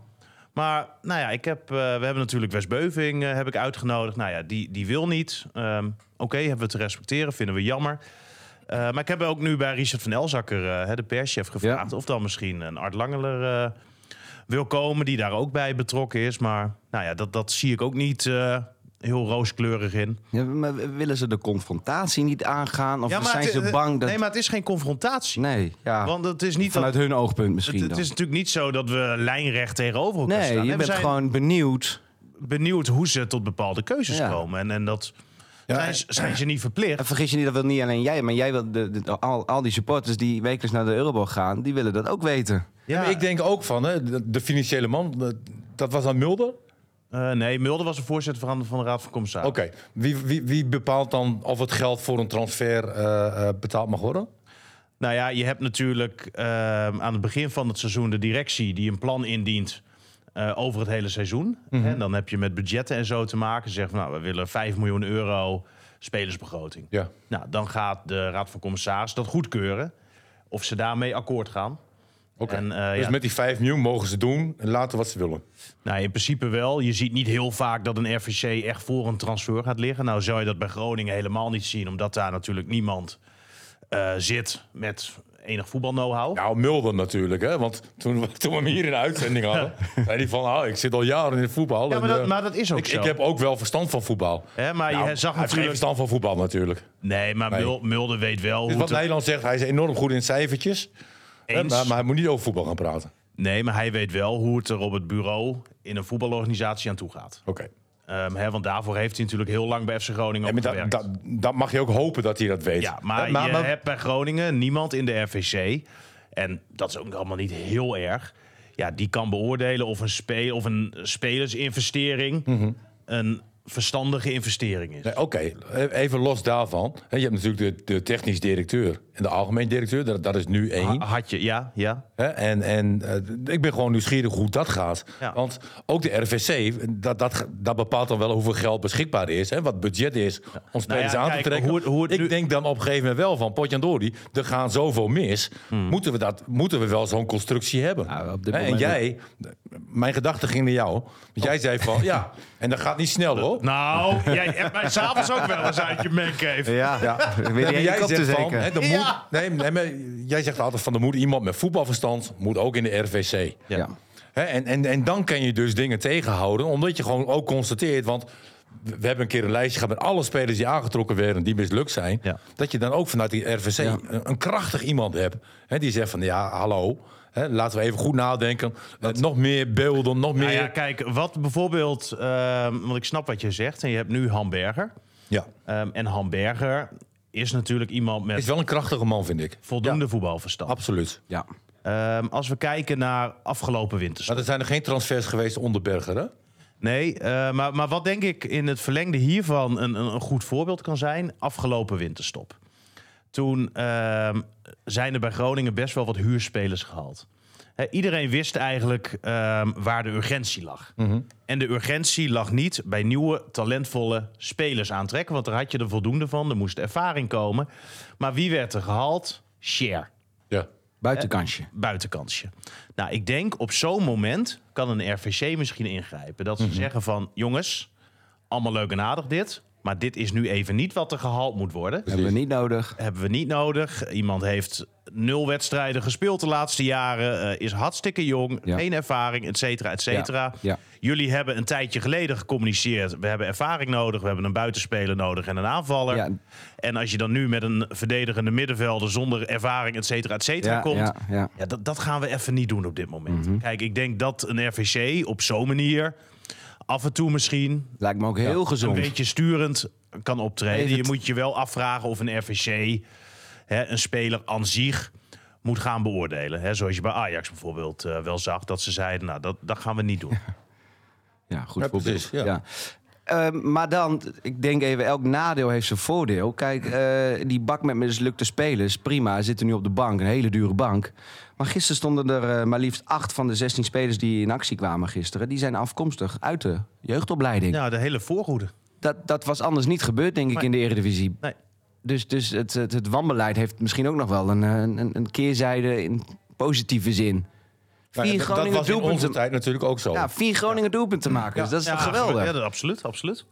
S3: Maar nou ja, ik heb, eh, we hebben natuurlijk Westbeuving eh, heb ik uitgenodigd. Nou ja, die, die wil niet. Ehm, Oké, hebben we te respecteren, vinden we jammer. Eh, maar ik heb ook nu bij Richard van Elzakker, eh, hè, de perschef, gevraagd... of dan misschien een Art Langeler eh, wil komen, die daar ook bij betrokken is. Maar nou ja, dat, dat zie ik ook niet eh, heel rooskleurig in.
S2: Ja, maar willen ze de confrontatie niet aangaan? Of
S3: ja, maar
S2: zijn
S3: het-
S2: ze
S3: het-
S2: bang dat...
S3: Nee, maar het is geen confrontatie.
S2: Nee, ja.
S3: Want het is niet
S2: Vanuit
S3: dat...
S2: hun oogpunt misschien
S3: Het, het
S2: dan.
S3: is natuurlijk niet zo dat we lijnrecht tegenover elkaar
S2: nee,
S3: staan.
S2: je
S3: we
S2: bent
S3: zijn-
S2: gewoon benieuwd.
S3: benieuwd hoe ze tot bepaalde keuzes
S2: Ja.
S3: komen. En, en dat
S4: Ja,
S3: zijn, ze- zijn ze niet verplicht.
S2: En vergis je niet, dat wil niet alleen jij, maar jij wil de, de- al, al die supporters die wekelijks naar de Euroborg gaan, die willen dat ook weten.
S4: Ja, maar ik denk ook van, hè, de, de financiële man, eh, dat was dan Mulder?
S3: Eh, nee, Mulder was de voorzitter van, van de Raad van Commissarissen.
S4: Oké, wie, wie, wie bepaalt dan of het geld voor een transfer eh, eh, betaald mag worden?
S3: Nou ja, je hebt natuurlijk ehm, aan het begin van het seizoen de directie die een plan indient eh, over het hele seizoen.
S4: Mhm.
S3: En dan heb je met budgetten en zo te maken. Zeg van, nou, we willen 5 miljoen euro spelersbegroting.
S4: Ja.
S3: Nou, dan gaat de Raad van Commissarissen dat goedkeuren. Of ze daarmee akkoord gaan.
S4: Oké.
S3: En, eh,
S4: dus
S3: ja.
S4: met die 5 miljoen mogen ze doen en laten wat ze willen.
S3: Nou, in principe wel. Je ziet niet heel vaak dat een RVC echt voor een transfer gaat liggen. Nou zou je dat bij Groningen helemaal niet zien, omdat daar natuurlijk niemand eh, zit met enig voetbal know-how.
S4: Nou, Mulder natuurlijk, hè? want toen, we- toen we hem hier in de uitzending hadden, zei hij van, oh, ik zit al jaren in het voetbal.
S3: Ja, maar
S4: en,
S3: dat-
S4: eh,
S3: maar dat is ook
S4: ik,
S3: zo.
S4: Ik heb ook wel verstand van voetbal.
S3: Hè, maar
S4: Nou,
S3: je zag
S4: hij heeft geen
S3: natuurlijk...
S4: verstand van voetbal natuurlijk.
S3: Nee, maar
S4: Nee.
S3: Mul- Mulder weet wel
S4: Dus
S3: hoe
S4: wat
S3: te-
S4: Nederland zegt, hij is enorm goed in cijfertjes. hè,
S3: Eens.
S4: Maar, maar hij moet niet over voetbal gaan praten.
S3: Nee, maar hij weet wel hoe het er op het bureau in een voetbalorganisatie aan toe gaat.
S4: Oké.
S3: Ehm, hè, want daarvoor heeft hij natuurlijk heel lang bij FC Groningen
S4: Ja, maar
S3: ook
S4: dat,
S3: gewerkt.
S4: dat, dat mag je ook hopen dat hij dat weet.
S3: Ja, maar,
S4: Hè,
S3: je hebt bij Groningen niemand in de RVC. En dat is ook allemaal niet heel erg. Ja, die kan beoordelen of een, spe of een spelersinvestering een verstandige investering is.
S4: Nee, Oké, even los daarvan. Hè, Je hebt natuurlijk de, de technisch directeur en de algemeen directeur. Dat, dat is nu één.
S3: Ha- Had je, ja, ja.
S4: Hè, En, en eh, ik ben gewoon nieuwsgierig hoe dat gaat.
S3: Ja.
S4: Want ook de RVC, dat, dat, dat bepaalt dan wel hoeveel geld beschikbaar is. Hè, wat het budget is om spelers
S3: ja,
S4: aan
S3: kijk,
S4: te trekken.
S3: hoe het- hoe het
S4: ik
S3: nu-
S4: denk dan op een gegeven moment wel van... Potjandori, er gaan zoveel mis.
S3: Hmm.
S4: Moeten, we dat, moeten we wel zo'n constructie hebben?
S2: Nou, op dit
S4: Hè, en
S2: moment-
S4: jij, mijn gedachte ging naar jou. Want jij zei van, ja, en dat gaat niet snel hoor.
S3: Oh. Nou, jij hebt mij s'avonds ook wel eens uit je mek even.
S2: Ja, ja.
S4: Ja, maar jij zegt van,
S2: zeker.
S4: hè, de
S3: Ja.
S4: moet- nee, nee, maar jij zegt altijd van er moet iemand met voetbalverstand moet ook in de RVC.
S2: ja.
S4: Hè, en, en, en dan kan je dus dingen tegenhouden, omdat je gewoon ook constateert, want we we hebben een keer een lijstje gehad met alle spelers die aangetrokken werden, die mislukt zijn,
S3: Ja.
S4: dat je dan ook vanuit die RVC een, een krachtig iemand hebt, hè, die zegt van ja, hallo, hè, laten we even goed nadenken, Eh, nog meer beelden, nog meer,
S3: Nou ja, kijk, wat bijvoorbeeld, ehm, want ik snap wat je zegt, en je hebt nu Hamburger.
S4: ja,
S3: Ehm, en Hamburger is natuurlijk iemand met
S4: is wel een krachtige man vind ik,
S3: voldoende voetbalverstand.
S4: absoluut.
S2: Ja.
S3: Ehm, als we kijken naar afgelopen winters.
S4: Maar er zijn er geen transfers geweest onder Berger, hè?
S3: Nee, eh, maar, maar wat denk ik in het verlengde hiervan een, een, een goed voorbeeld kan zijn, afgelopen winterstop. Toen ehm, zijn er bij Groningen best wel wat huurspelers gehaald. Hè, iedereen wist eigenlijk ehm, waar de urgentie lag. En de urgentie lag niet bij nieuwe, talentvolle spelers aantrekken, want daar had je er voldoende van, er moest ervaring komen. Maar wie werd er gehaald? Share
S4: Ja.
S2: Buitenkansje.
S3: buitenkansje. Nou, ik denk op zo'n moment kan een RVC misschien ingrijpen. Dat ze
S2: Mhm.
S3: zeggen van, jongens, allemaal leuk en aardig dit... maar dit is nu even niet wat er gehaald moet worden.
S2: Hebben we niet nodig.
S3: Hebben we niet nodig. Iemand heeft nul wedstrijden gespeeld de laatste jaren... eh, is hartstikke jong,
S2: Ja.
S3: geen ervaring, et cetera, et cetera.
S2: Ja.
S3: Jullie hebben een tijdje geleden gecommuniceerd... we hebben ervaring nodig, we hebben een buitenspeler nodig en een aanvaller.
S2: Ja.
S3: En als je dan nu met een verdedigende middenvelder... zonder ervaring, et cetera, et cetera,
S2: Ja,
S3: komt...
S2: ja, ja.
S3: Ja, dat, dat gaan we even niet doen op dit moment.
S2: Mhm.
S3: Kijk, ik denk dat een RVC op zo'n manier af en toe misschien
S2: Lijkt me ook heel gezond.
S3: een beetje sturend kan optreden.
S2: Even
S3: Je
S2: t-
S3: moet je wel afvragen of een RVC hè, een speler aan zich moet gaan beoordelen. Hè, zoals je bij Ajax bijvoorbeeld eh, wel zag, dat ze zeiden, nou, dat, dat gaan we niet doen.
S2: Ja, goed
S4: Ja,
S2: voorbeeld.
S4: precies, ja.
S2: ja. Eh, maar dan, ik denk even, elk nadeel heeft zijn voordeel. Kijk, eh, die bak met mislukte spelers, prima, zitten nu op de bank, een hele dure bank. Maar gisteren stonden er eh, maar liefst acht van de 16 spelers die in actie kwamen gisteren. Die zijn afkomstig uit de jeugdopleiding.
S3: Ja, de hele voorhoede.
S2: Dat, dat was anders niet gebeurd, denk ik,
S3: Nee.
S2: in de Eredivisie.
S3: Nee.
S2: Dus, dus het, het, het wanbeleid heeft misschien ook nog wel een, eh, een, een keerzijde in positieve zin.
S4: Maar
S2: vier
S4: dat- dat
S2: Groningen
S4: was in onze
S2: doelpunten.
S4: tijd natuurlijk ook zo.
S2: Ja, vier Groningen doelpunten maken. Dus dat is toch geweldig?
S3: Ja, dat, absoluut, absoluut.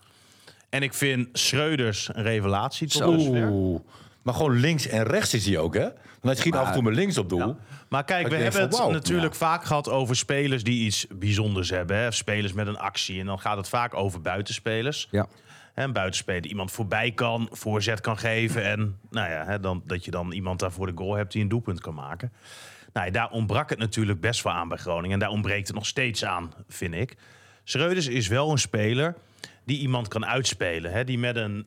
S3: En ik vind Schreuders een revelatie. Tot dusver.
S4: Oeh. Maar gewoon links en rechts is hij ook, hè? Want hij schiet af en toe met links op doel.
S3: Maar kijk,
S4: Ik
S3: we
S4: denk
S3: hebben
S4: van,
S3: het
S4: wauw.
S3: natuurlijk vaak gehad over spelers die iets bijzonders hebben. Hè? Spelers met een actie. En dan gaat het vaak over buitenspelers.
S2: Ja.
S3: Hè, Een buitenspeler die iemand voorbij kan, voorzet kan geven. En nou ja, hè, dan, dat je dan iemand daarvoor de goal hebt die een doelpunt kan maken. Nou, ja, daar ontbrak het natuurlijk best wel aan bij Groningen. En daar ontbreekt het nog steeds aan, vind ik. Schreuders is wel een speler die iemand kan uitspelen. Hè, die met een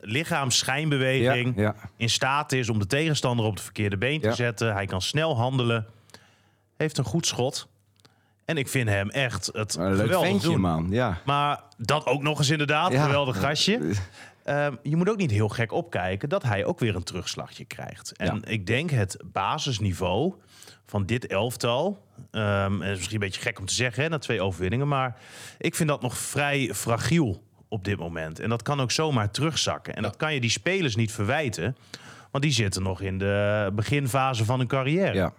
S3: lichaamsschijnbeweging
S2: Ja, ja.
S3: in staat is om de tegenstander op het verkeerde been te
S2: Ja.
S3: zetten. Hij kan snel handelen. Heeft een goed schot. En ik vind hem echt het
S2: Een leuk
S3: geweldig
S2: ventje,
S3: doen.
S2: man. Ja.
S3: Maar dat ook nog eens inderdaad,
S2: Ja.
S3: geweldig gastje. Ehm, je moet ook niet heel gek opkijken dat hij ook weer een terugslagje krijgt. En
S2: Ja.
S3: ik denk het basisniveau van dit elftal... ehm, en het is misschien een beetje gek om te zeggen hè, na twee overwinningen... maar ik vind dat nog vrij fragiel op dit moment. En dat kan ook zomaar terugzakken. En dat kan je die spelers niet verwijten... want die zitten nog in de beginfase van hun carrière.
S2: Ja.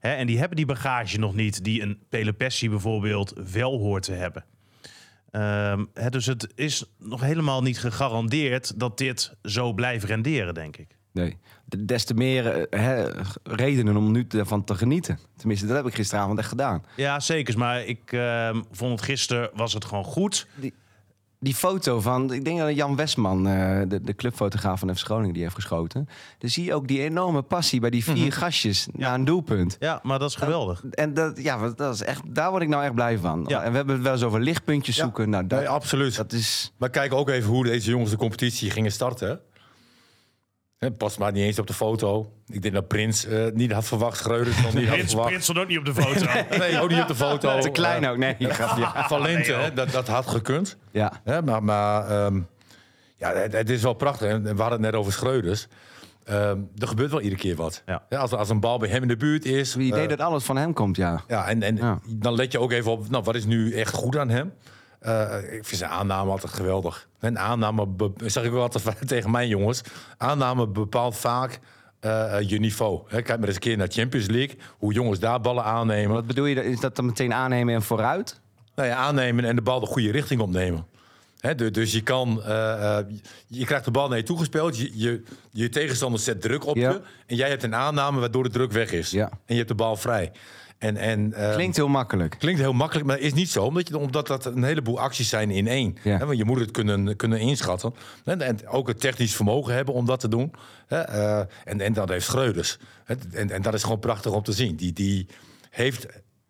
S3: Hè, en die hebben die bagage nog niet, die een Pelepessi bijvoorbeeld wel hoort te hebben. Ehm, hè, dus het is nog helemaal niet gegarandeerd dat dit zo blijft renderen, denk ik.
S2: Nee. De- Des te meer eh, hè, redenen om nu ervan te genieten. Tenminste, dat heb ik gisteravond echt gedaan.
S3: Ja, zeker. Maar ik ehm, vond het gisteren was het gewoon goed.
S2: Die foto van, ik denk dat Jan Westman, eh, de, de clubfotograaf van FC Groningen, die heeft geschoten. Dan zie je ook die enorme passie bij die vier gastjes naar een doelpunt.
S3: Ja, maar dat is geweldig.
S2: En dat, ja, want dat is echt, daar word ik nou echt blij van.
S3: Ja.
S2: En we hebben het wel eens over lichtpuntjes zoeken. Nou, dat,
S4: Nee, absoluut.
S2: dat is...
S4: Maar kijk ook even hoe deze jongens de competitie gingen starten. hè. Hè, past maar niet eens op de foto. Ik denk dat Prins eh, niet had verwacht, Schreuders nog niet had
S1: Prins,
S4: verwacht.
S1: Prins stond ook niet op de foto.
S4: Nee, ook niet op de foto.
S2: Te klein ook, nee. grapje.
S4: Van Lente, hè, dat, dat had gekund.
S2: Ja.
S4: Hè, maar maar ehm, ja, het, het is wel prachtig. En We hadden het net over Schreuders. Ehm, er gebeurt wel iedere keer wat.
S3: Ja.
S4: Hè, als, als een bal bij hem in de buurt is.
S2: Het idee
S4: eh,
S2: dat alles van hem komt, ja.
S4: Ja, en, en
S2: Ja.
S4: dan let je ook even op, nou, wat is nu echt goed aan hem? Eh, ik vind zijn aanname altijd geweldig. En aanname, be- zeg ik ook altijd tegen mijn jongens, aanname bepaalt vaak eh, je niveau. Hè, kijk maar eens een keer naar Champions League, hoe jongens daar ballen aannemen.
S2: Wat bedoel je, is dat dan meteen aannemen en vooruit?
S4: Nou ja, aannemen en de bal de goede richting opnemen. Hè, du- dus je kan, eh, eh, je krijgt de bal naar je toegespeeld, je, je, je tegenstander zet druk op
S2: Ja.
S4: je en jij hebt een aanname waardoor de druk weg is.
S2: Ja.
S4: En je hebt de bal vrij. En, en, eh,
S2: Klinkt heel makkelijk.
S4: Klinkt heel makkelijk, maar is niet zo. Omdat, je, omdat dat een heleboel acties zijn in één.
S2: Ja.
S4: Hè, want je moet het kunnen, kunnen inschatten. En, en ook het technisch vermogen hebben om dat te doen. Hè, eh, en, en dat heeft Schreuders. Hè, En, en dat is gewoon prachtig om te zien. Die, die heeft,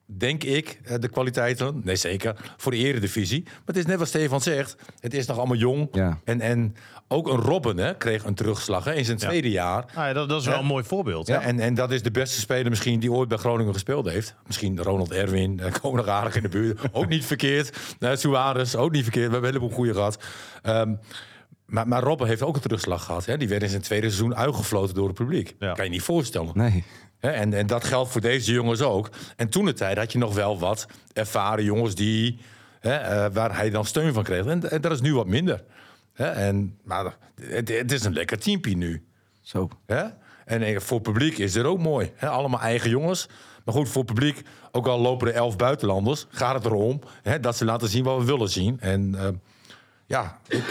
S4: denk ik, eh, de kwaliteiten. Nee, zeker. Voor de eredivisie. Maar het is net wat Stefan zegt. Het is nog allemaal jong.
S2: Ja.
S4: En, en ook een Robben hè, kreeg een terugslag hè, in zijn tweede jaar.
S3: Nou ja, dat, dat is wel een mooi voorbeeld.
S4: Ja, Eh, en, en dat is de beste speler misschien die ooit bij Groningen gespeeld heeft. Misschien Ronald Erwin, eh, komen nog aardig in de buurt. Ook niet verkeerd. Uh, Suarez, ook niet verkeerd. We hebben een heleboel goede gehad. Ehm, maar, maar Robben heeft ook een terugslag gehad. Hè? Die werd in zijn tweede seizoen uitgefloten door het publiek.
S3: Ja.
S4: Kan je niet voorstellen.
S2: Nee.
S4: Hè, En, en dat geldt voor deze jongens ook. En toen de tijd had je nog wel wat ervaren jongens die, hè, eh, waar hij dan steun van kreeg. En, en dat is nu wat minder. Hè, en, maar het, het is een lekker teampie nu.
S2: Zo.
S4: Hè? En eh, voor het publiek is er ook mooi. Hè? Allemaal eigen jongens. Maar goed, voor het publiek, ook al lopen er elf buitenlanders, gaat het erom hè, dat ze laten zien wat we willen zien. En eh, ja, ik,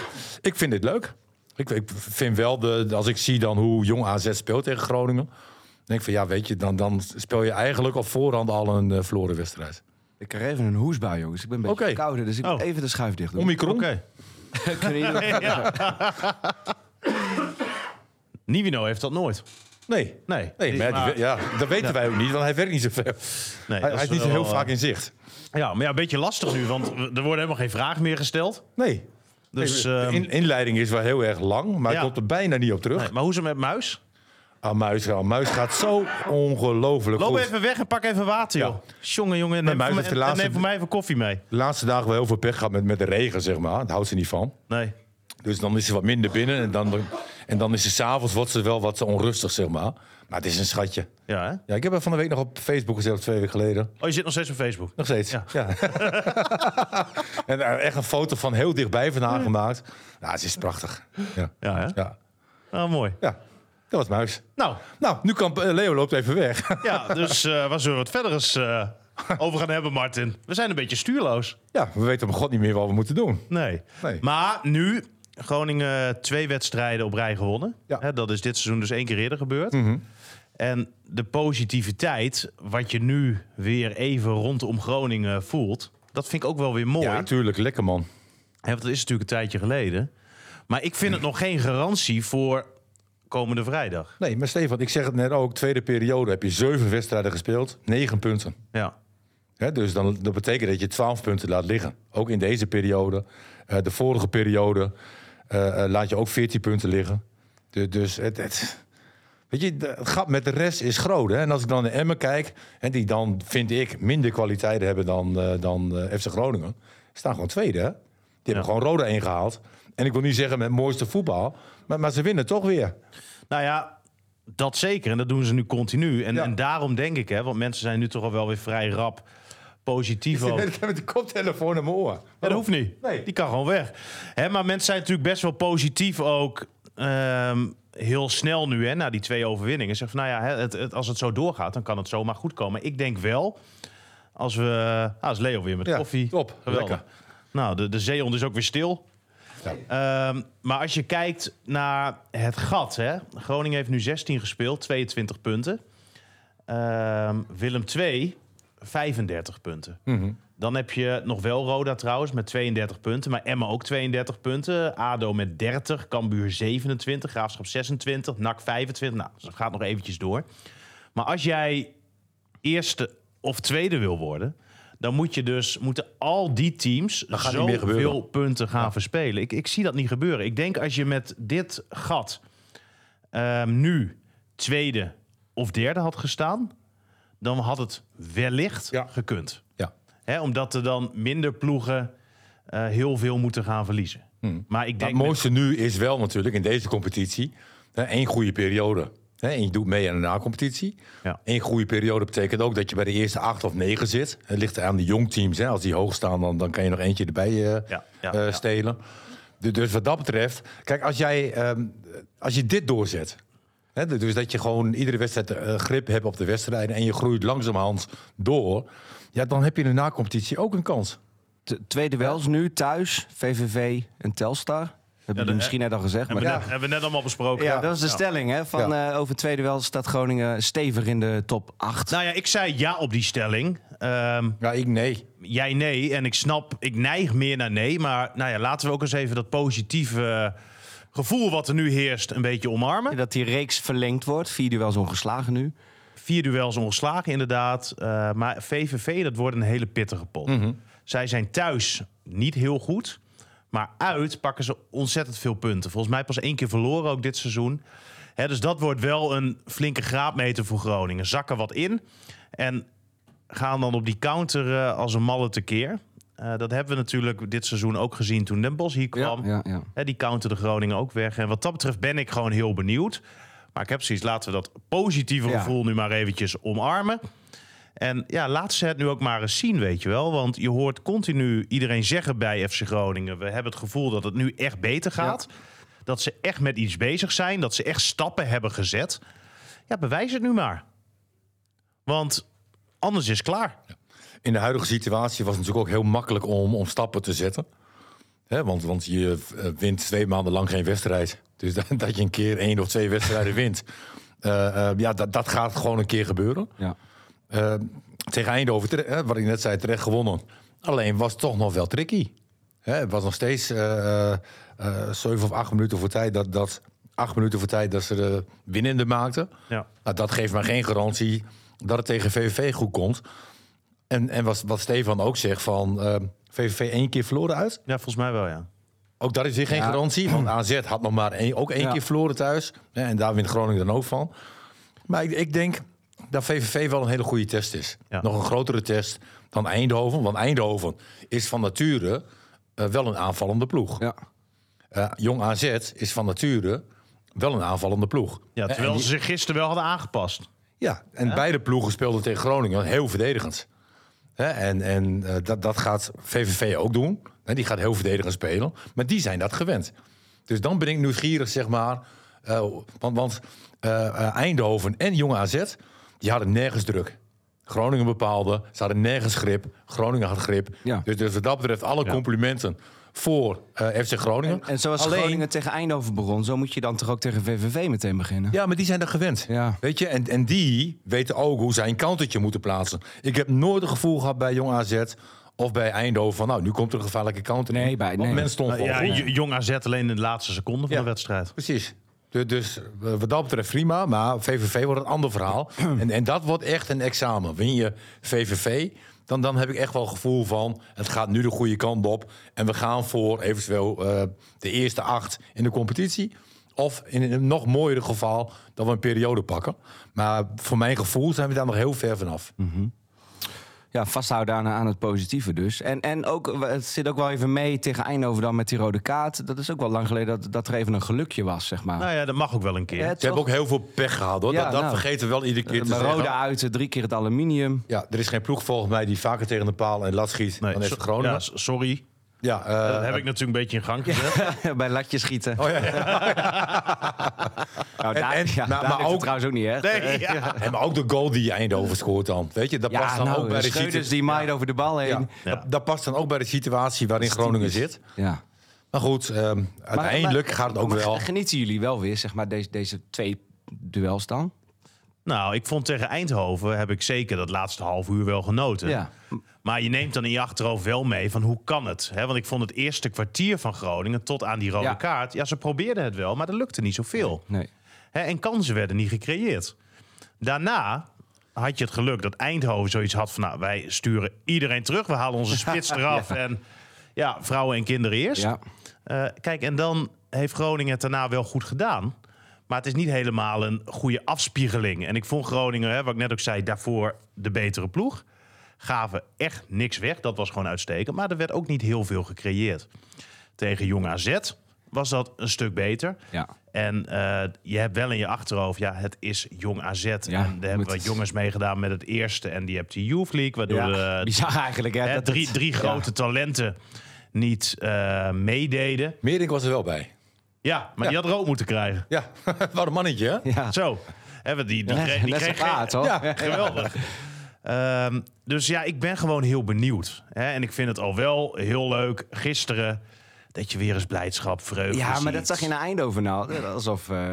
S4: ik vind dit leuk. Ik, ik vind wel, de, als ik zie dan hoe jong AZ speelt tegen Groningen, denk ik van ja, weet je, dan, dan speel je eigenlijk op voorhand al een eh, verloren wedstrijd.
S2: Ik krijg even een hoesbui, jongens. Ik ben een beetje
S4: Oké.
S2: kouder, dus ik moet
S3: Oh.
S2: even de schuif dicht doen.
S4: Omicron.
S3: Oké. Nivino heeft dat nooit.
S4: Nee.
S3: Nee.
S4: Nee, maar,
S3: Maar-
S4: die- ja, dat weten wij ook niet, want hij werkt niet zoveel.
S3: Nee,
S4: hij
S3: dat
S4: hij is niet zo
S3: wel,
S4: heel
S3: eh,
S4: vaak in zicht.
S3: Ja, maar ja, een beetje lastig nu, want er worden helemaal geen vragen meer gesteld.
S4: Nee.
S3: Dus,
S4: de
S3: ehm,
S4: in- inleiding is wel heel erg lang, maar
S3: Ja.
S4: ik komt er bijna niet op terug.
S3: nee, maar hoe is het met Muis?
S4: Ah, Muis, ah, Muis gaat zo ongelooflijk
S3: Loop
S4: goed.
S3: even weg en pak even water, joh. Jongen, jongen, neem,
S4: Nee, Muis
S3: voor,
S4: heeft
S3: mij-
S4: de
S3: en
S4: laatste-
S3: neem voor mij even koffie mee.
S4: De laatste dagen wel heel veel pech gehad met, met de regen, zeg maar. Daar houdt ze niet van.
S3: Nee.
S4: Dus dan is ze wat minder binnen en dan, en dan is ze s'avonds wat ze wel wat ze onrustig, zeg maar. Maar het is een schatje.
S3: Ja, hè?
S4: Ja, ik heb haar van de week nog op Facebook gezet, twee weken geleden.
S3: Oh, je zit nog steeds op Facebook.
S4: Nog steeds.
S3: Ja.
S4: Ja. en daar echt een foto van heel dichtbij van haar gemaakt. Ja, ze is prachtig. Ja.
S3: Ja, hè?
S4: Ja.
S3: Ah, mooi.
S4: ja, dat was Muis.
S3: Nou,
S4: Nou, nu kan eh, Leo loopt even weg.
S3: ja, dus eh wat zullen we het verder eens eh, over gaan hebben, Martin. We zijn een beetje stuurloos.
S4: Ja, we weten op god niet meer wat we moeten doen.
S3: Nee.
S4: Nee.
S3: Maar nu, Groningen twee wedstrijden op rij gewonnen.
S4: Ja. Mhm.
S3: Hè, dat is dit seizoen dus één keer eerder gebeurd. En de positiviteit, wat je nu weer even rondom Groningen voelt... dat vind ik ook wel weer mooi.
S4: Ja, tuurlijk, lekker man.
S3: Hè, want dat is natuurlijk een tijdje geleden. Maar ik vind het nog geen garantie voor komende vrijdag.
S4: Nee, maar Stefan, ik zeg het net ook. Tweede periode heb je zeven wedstrijden gespeeld, negen punten.
S3: Ja.
S4: Hè, dus dan, dat betekent dat je 12 punten laat liggen. Ook in deze periode. Eh, de vorige periode eh, eh, laat je ook 14 punten liggen. Du- dus het, het, weet je, de- het gat met de rest is groot. Hè? En als ik dan naar Emmen kijk, en die dan, vind ik, minder kwaliteiten hebben dan, eh, dan eh, FC Groningen, staan gewoon tweede. Hè? Die
S3: Ja.
S4: hebben gewoon Roda ingehaald. En ik wil niet zeggen met het mooiste voetbal, maar, maar ze winnen toch weer.
S3: Nou ja, dat zeker. En dat doen ze nu continu. En,
S4: Ja.
S3: en daarom denk ik, hè, want mensen zijn nu toch al wel weer vrij rap positief. ook.
S4: Ik heb met de koptelefoon in mijn oor.
S3: Ja, dat hoeft niet.
S4: Nee.
S3: Die kan gewoon weg. Hè, maar mensen zijn natuurlijk best wel positief ook. ehm, heel snel nu, hè, na die twee overwinningen. Zeg van, nou ja, hè, het, het, als het zo doorgaat, dan kan het zomaar goed komen. Ik denk wel, als we... Ah, is Leo weer met
S4: Ja,
S3: koffie.
S4: top. Lekker.
S3: Nou, de, de zeehond is ook weer stil. Ehm, maar als je kijkt naar het gat, hè. Groningen heeft nu 16 gespeeld, 22 punten. Ehm, Willem 2, 35 punten.
S4: Mhm.
S3: Dan heb je nog wel Roda trouwens met 32 punten. Maar Emma ook 32 punten. ADO met 30. Cambuur 27. Graafschap 26. NAC 25. Nou, dat gaat nog eventjes door. Maar als jij eerste of tweede wil worden... dan moet je dus, moeten al die teams
S4: gaat niet meer gebeuren.
S3: zoveel punten gaan verspelen. Ik, ik zie dat niet gebeuren. Ik denk als je met dit gat ehm, nu tweede of derde had gestaan... dan had het wellicht
S4: Ja.
S3: gekund.
S4: Ja.
S3: Hè, omdat er dan minder ploegen eh, heel veel moeten gaan verliezen.
S2: Hmm.
S3: Maar ik
S4: Maar
S3: denk
S4: het mooiste nu is wel natuurlijk in deze competitie hè, één goede periode. Hè, en je doet mee aan de na-competitie.
S3: Ja.
S4: Eén goede periode betekent ook dat je bij de eerste acht of negen zit. Het ligt aan de jongteams. Hè. Als die hoog staan, dan, dan kan je nog eentje erbij eh,
S3: Ja, ja,
S4: eh,
S3: ja.
S4: stelen. Du- Dus wat dat betreft, kijk, als, jij, ehm, als je dit doorzet. Hè, dus dat je gewoon iedere wedstrijd eh, grip hebt op de wedstrijden. en je groeit langzamerhand door. Ja, dan heb je in de na-competitie ook een kans.
S2: T- Tweede wels nu, thuis, VVV en Telstar. Dat hebben jullie
S3: dat-
S2: misschien net al gezegd. Maar
S3: hebben, we
S4: ja.
S3: net, hebben we net allemaal besproken.
S2: Ja, dat is de stelling, hè? Van eh, over tweede wel staat Groningen stevig in de top 8.
S3: Nou ja, ik zei ja op die stelling. Ehm,
S4: Ja, ik nee.
S3: jij nee. En ik snap, ik neig meer naar nee. Maar nou ja, laten we ook eens even dat positieve eh, gevoel wat er nu heerst een beetje omarmen.
S2: Dat die reeks verlengd wordt. Vier duels ongeslagen nu.
S3: Vier duels ongeslagen inderdaad. Eh, maar VVV, dat wordt een hele pittige pot.
S2: Mhm.
S3: Zij zijn thuis niet heel goed. Maar uit pakken ze ontzettend veel punten. Volgens mij pas één keer verloren ook dit seizoen. Hè, dus dat wordt wel een flinke graadmeter voor Groningen. Zakken wat in en gaan dan op die counter eh, als een malle tekeer. Eh, dat hebben we natuurlijk dit seizoen ook gezien toen Den Bosch hier kwam.
S2: Ja, ja.
S3: Hè, die counter de Groningen ook weg. En wat dat betreft ben ik gewoon heel benieuwd. Maar ik heb zoiets, laten we dat positieve
S2: Ja.
S3: gevoel nu maar eventjes omarmen. En ja, laat ze het nu ook maar eens zien, weet je wel. Want je hoort continu iedereen zeggen bij FC Groningen... we hebben het gevoel dat het nu echt beter gaat. Dat ze echt met iets bezig zijn. Dat ze echt stappen hebben gezet. Ja, bewijs het nu maar. Want anders is het klaar.
S4: in de huidige situatie was het natuurlijk ook heel makkelijk om, om stappen te zetten. Hè, want, want je eh, wint twee maanden lang geen wedstrijd. Dus dat, dat je een keer één of twee wedstrijden wint. eh, eh, ja, dat, dat gaat gewoon een keer gebeuren.
S2: ja.
S4: Eh, tegen Eindhoven, tere- hè, wat ik net zei, terecht gewonnen. Alleen was het toch nog wel tricky. Hè, het was nog steeds eh, eh, eh, zeven of acht minuten voor tijd dat, dat acht minuten voor tijd dat ze de winnende maakten.
S3: Ja.
S4: Nou, dat geeft maar geen garantie dat het tegen VVV goed komt. En, en wat, wat Stefan ook zegt van eh, VVV één keer verloren uit.
S3: Ja, volgens mij wel, ja.
S4: Ook dat is weer geen
S2: Ja.
S4: garantie. Want AZ had nog maar één, ook één
S2: Ja.
S4: keer verloren thuis. Ja, En daar wint Groningen dan ook van. Maar ik, ik denk dat VVV wel een hele goede test is.
S3: Ja.
S4: Nog een grotere test dan Eindhoven. Want Eindhoven is van nature eh, wel een aanvallende ploeg.
S2: ja.
S4: Eh, Jong AZ is van nature wel een aanvallende ploeg.
S3: ja
S4: Eh, en
S3: terwijl
S4: die-
S3: ze zich gisteren wel hadden aangepast.
S4: ja, en beide ploegen speelden tegen Groningen heel verdedigend. Hè, en en eh, dat, dat gaat VVV ook doen. Hè, die gaat heel verdedigend spelen. Maar die zijn dat gewend. Dus dan ben ik nieuwsgierig, zeg maar. eh, want want eh, eh, Eindhoven en Jong AZ, die hadden nergens druk. Groningen bepaalde. Ze hadden nergens grip. Groningen had grip.
S2: Ja.
S4: Dus, dus wat dat betreft alle
S3: Ja.
S4: complimenten voor eh, FC Groningen.
S2: En zoals
S4: Alleen-
S2: Groningen tegen Eindhoven begon, zo moet je dan toch ook tegen VVV meteen beginnen?
S4: Ja, maar die zijn er gewend.
S2: Ja.
S4: Weet je, en, en die weten ook hoe zij een countertje moeten plaatsen. Ik heb nooit het gevoel gehad bij Jong AZ of bij Eindhoven van... nou, nu komt er een gevaarlijke counter.
S2: Nee, bij-
S4: Want
S2: nee.
S4: men stond
S3: Nou,
S4: voor.
S3: ja, J- Jong AZ alleen in de laatste seconde van
S4: Ja.
S3: de wedstrijd.
S4: Precies. Du- Dus eh, wat dat betreft prima, maar VVV wordt een ander verhaal. En, en dat wordt echt een examen. Win je VVV, dan, dan heb ik echt wel het gevoel van... het gaat nu de goede kant op en we gaan voor eventueel eh, de eerste acht in de competitie. Of in een nog mooier geval dat we een periode pakken. Maar voor mijn gevoel zijn we daar nog heel ver vanaf.
S2: Ja, vasthouden aan, aan het positieve dus. En, en ook, eh, het zit ook wel even mee tegen Eindhoven dan met die rode kaart. Dat is ook wel lang geleden dat, dat er even een gelukje was, zeg maar.
S3: Nou ja, dat mag ook wel een keer.
S2: Ja,
S4: Ze hebben ook heel veel pech gehad, hoor.
S2: Ja,
S4: dat dat
S2: nou.
S4: vergeten we wel iedere keer te
S2: Bij
S4: zeggen.
S2: Roda uit, drie keer het aluminium.
S4: Ja, er is geen ploeg volgens mij die vaker tegen de paal en lat schiet
S3: Nee,
S4: dan
S3: so-
S4: heeft Groningen.
S3: ja, s- sorry,
S4: Ja, eh,
S3: dat heb ik natuurlijk een beetje in gang gezet.
S2: Bij latjes schieten.
S4: oh ja, ja.
S2: Nou, daar,
S4: en-
S2: ja, daar
S4: maar- maar
S2: ligt het
S4: ook-
S2: trouwens ook niet, hè?
S3: Nee, ja.
S4: En maar ook de goal die Eindhoven scoort dan. Weet je, dat
S2: Ja,
S4: past dan
S2: nou,
S4: ook bij de
S2: Schreuders
S4: situatie.
S2: die maait over de bal heen. dus-
S4: Ja,
S3: Ja.
S4: Dat, dat past dan ook bij de situatie waarin Groningen zit.
S2: Ja.
S4: Maar goed, ehm, uiteindelijk gaat het ook
S2: Maar
S4: wel.
S2: Genieten jullie wel weer, zeg maar, deze, deze twee duels dan?
S3: Nou, ik vond tegen Eindhoven heb ik zeker dat laatste half uur wel genoten.
S2: Ja.
S3: Maar je neemt dan in je achterhoofd wel mee van hoe kan het? Hè, want ik vond het eerste kwartier van Groningen tot aan die rode
S2: Ja.
S3: kaart. Ja, ze probeerden het wel, maar dat lukte niet zoveel.
S2: Nee.
S3: Hè, en kansen werden niet gecreëerd. Daarna had je het geluk dat Eindhoven zoiets had van... nou, wij sturen iedereen terug, we halen onze spits eraf. En ja, vrouwen en kinderen eerst.
S2: Ja.
S3: Eh, kijk, en dan heeft Groningen het daarna wel goed gedaan. Maar het is niet helemaal een goede afspiegeling. En ik vond Groningen, hè, wat ik net ook zei, daarvoor de betere ploeg. Gaven echt niks weg. Dat was gewoon uitstekend. Maar er werd ook niet heel veel gecreëerd. Tegen Jong AZ was dat een stuk beter.
S2: Ja.
S3: En eh, je hebt wel in je achterhoofd, ja, het is Jong AZ. en
S2: moet
S3: er hebben wat
S2: het.
S3: jongens meegedaan met het eerste. En die hebt die Youth League, waardoor
S2: Ja.
S3: de,
S2: Bizar eigenlijk, hè?
S3: hè,
S2: dat
S3: drie,
S2: het-
S3: drie
S2: ja.
S3: grote talenten niet eh, meededen.
S4: Meerdink was er wel bij.
S3: Ja, maar die had rood moeten krijgen.
S4: Ja, wat een mannetje, hè?
S2: Ja.
S3: Zo. Hè, want die, die, kreeg, die
S2: Net zo
S3: kreeg
S2: paard, hoor.
S4: Ja.
S3: Geweldig. Ehm, dus ja, ik ben gewoon heel benieuwd. Hè? En ik vind het al wel heel leuk gisteren dat je weer eens blijdschap, vreugde
S2: Ja, maar
S3: ziet.
S2: dat zag je naar Eindhoven nou. Alsof, eh,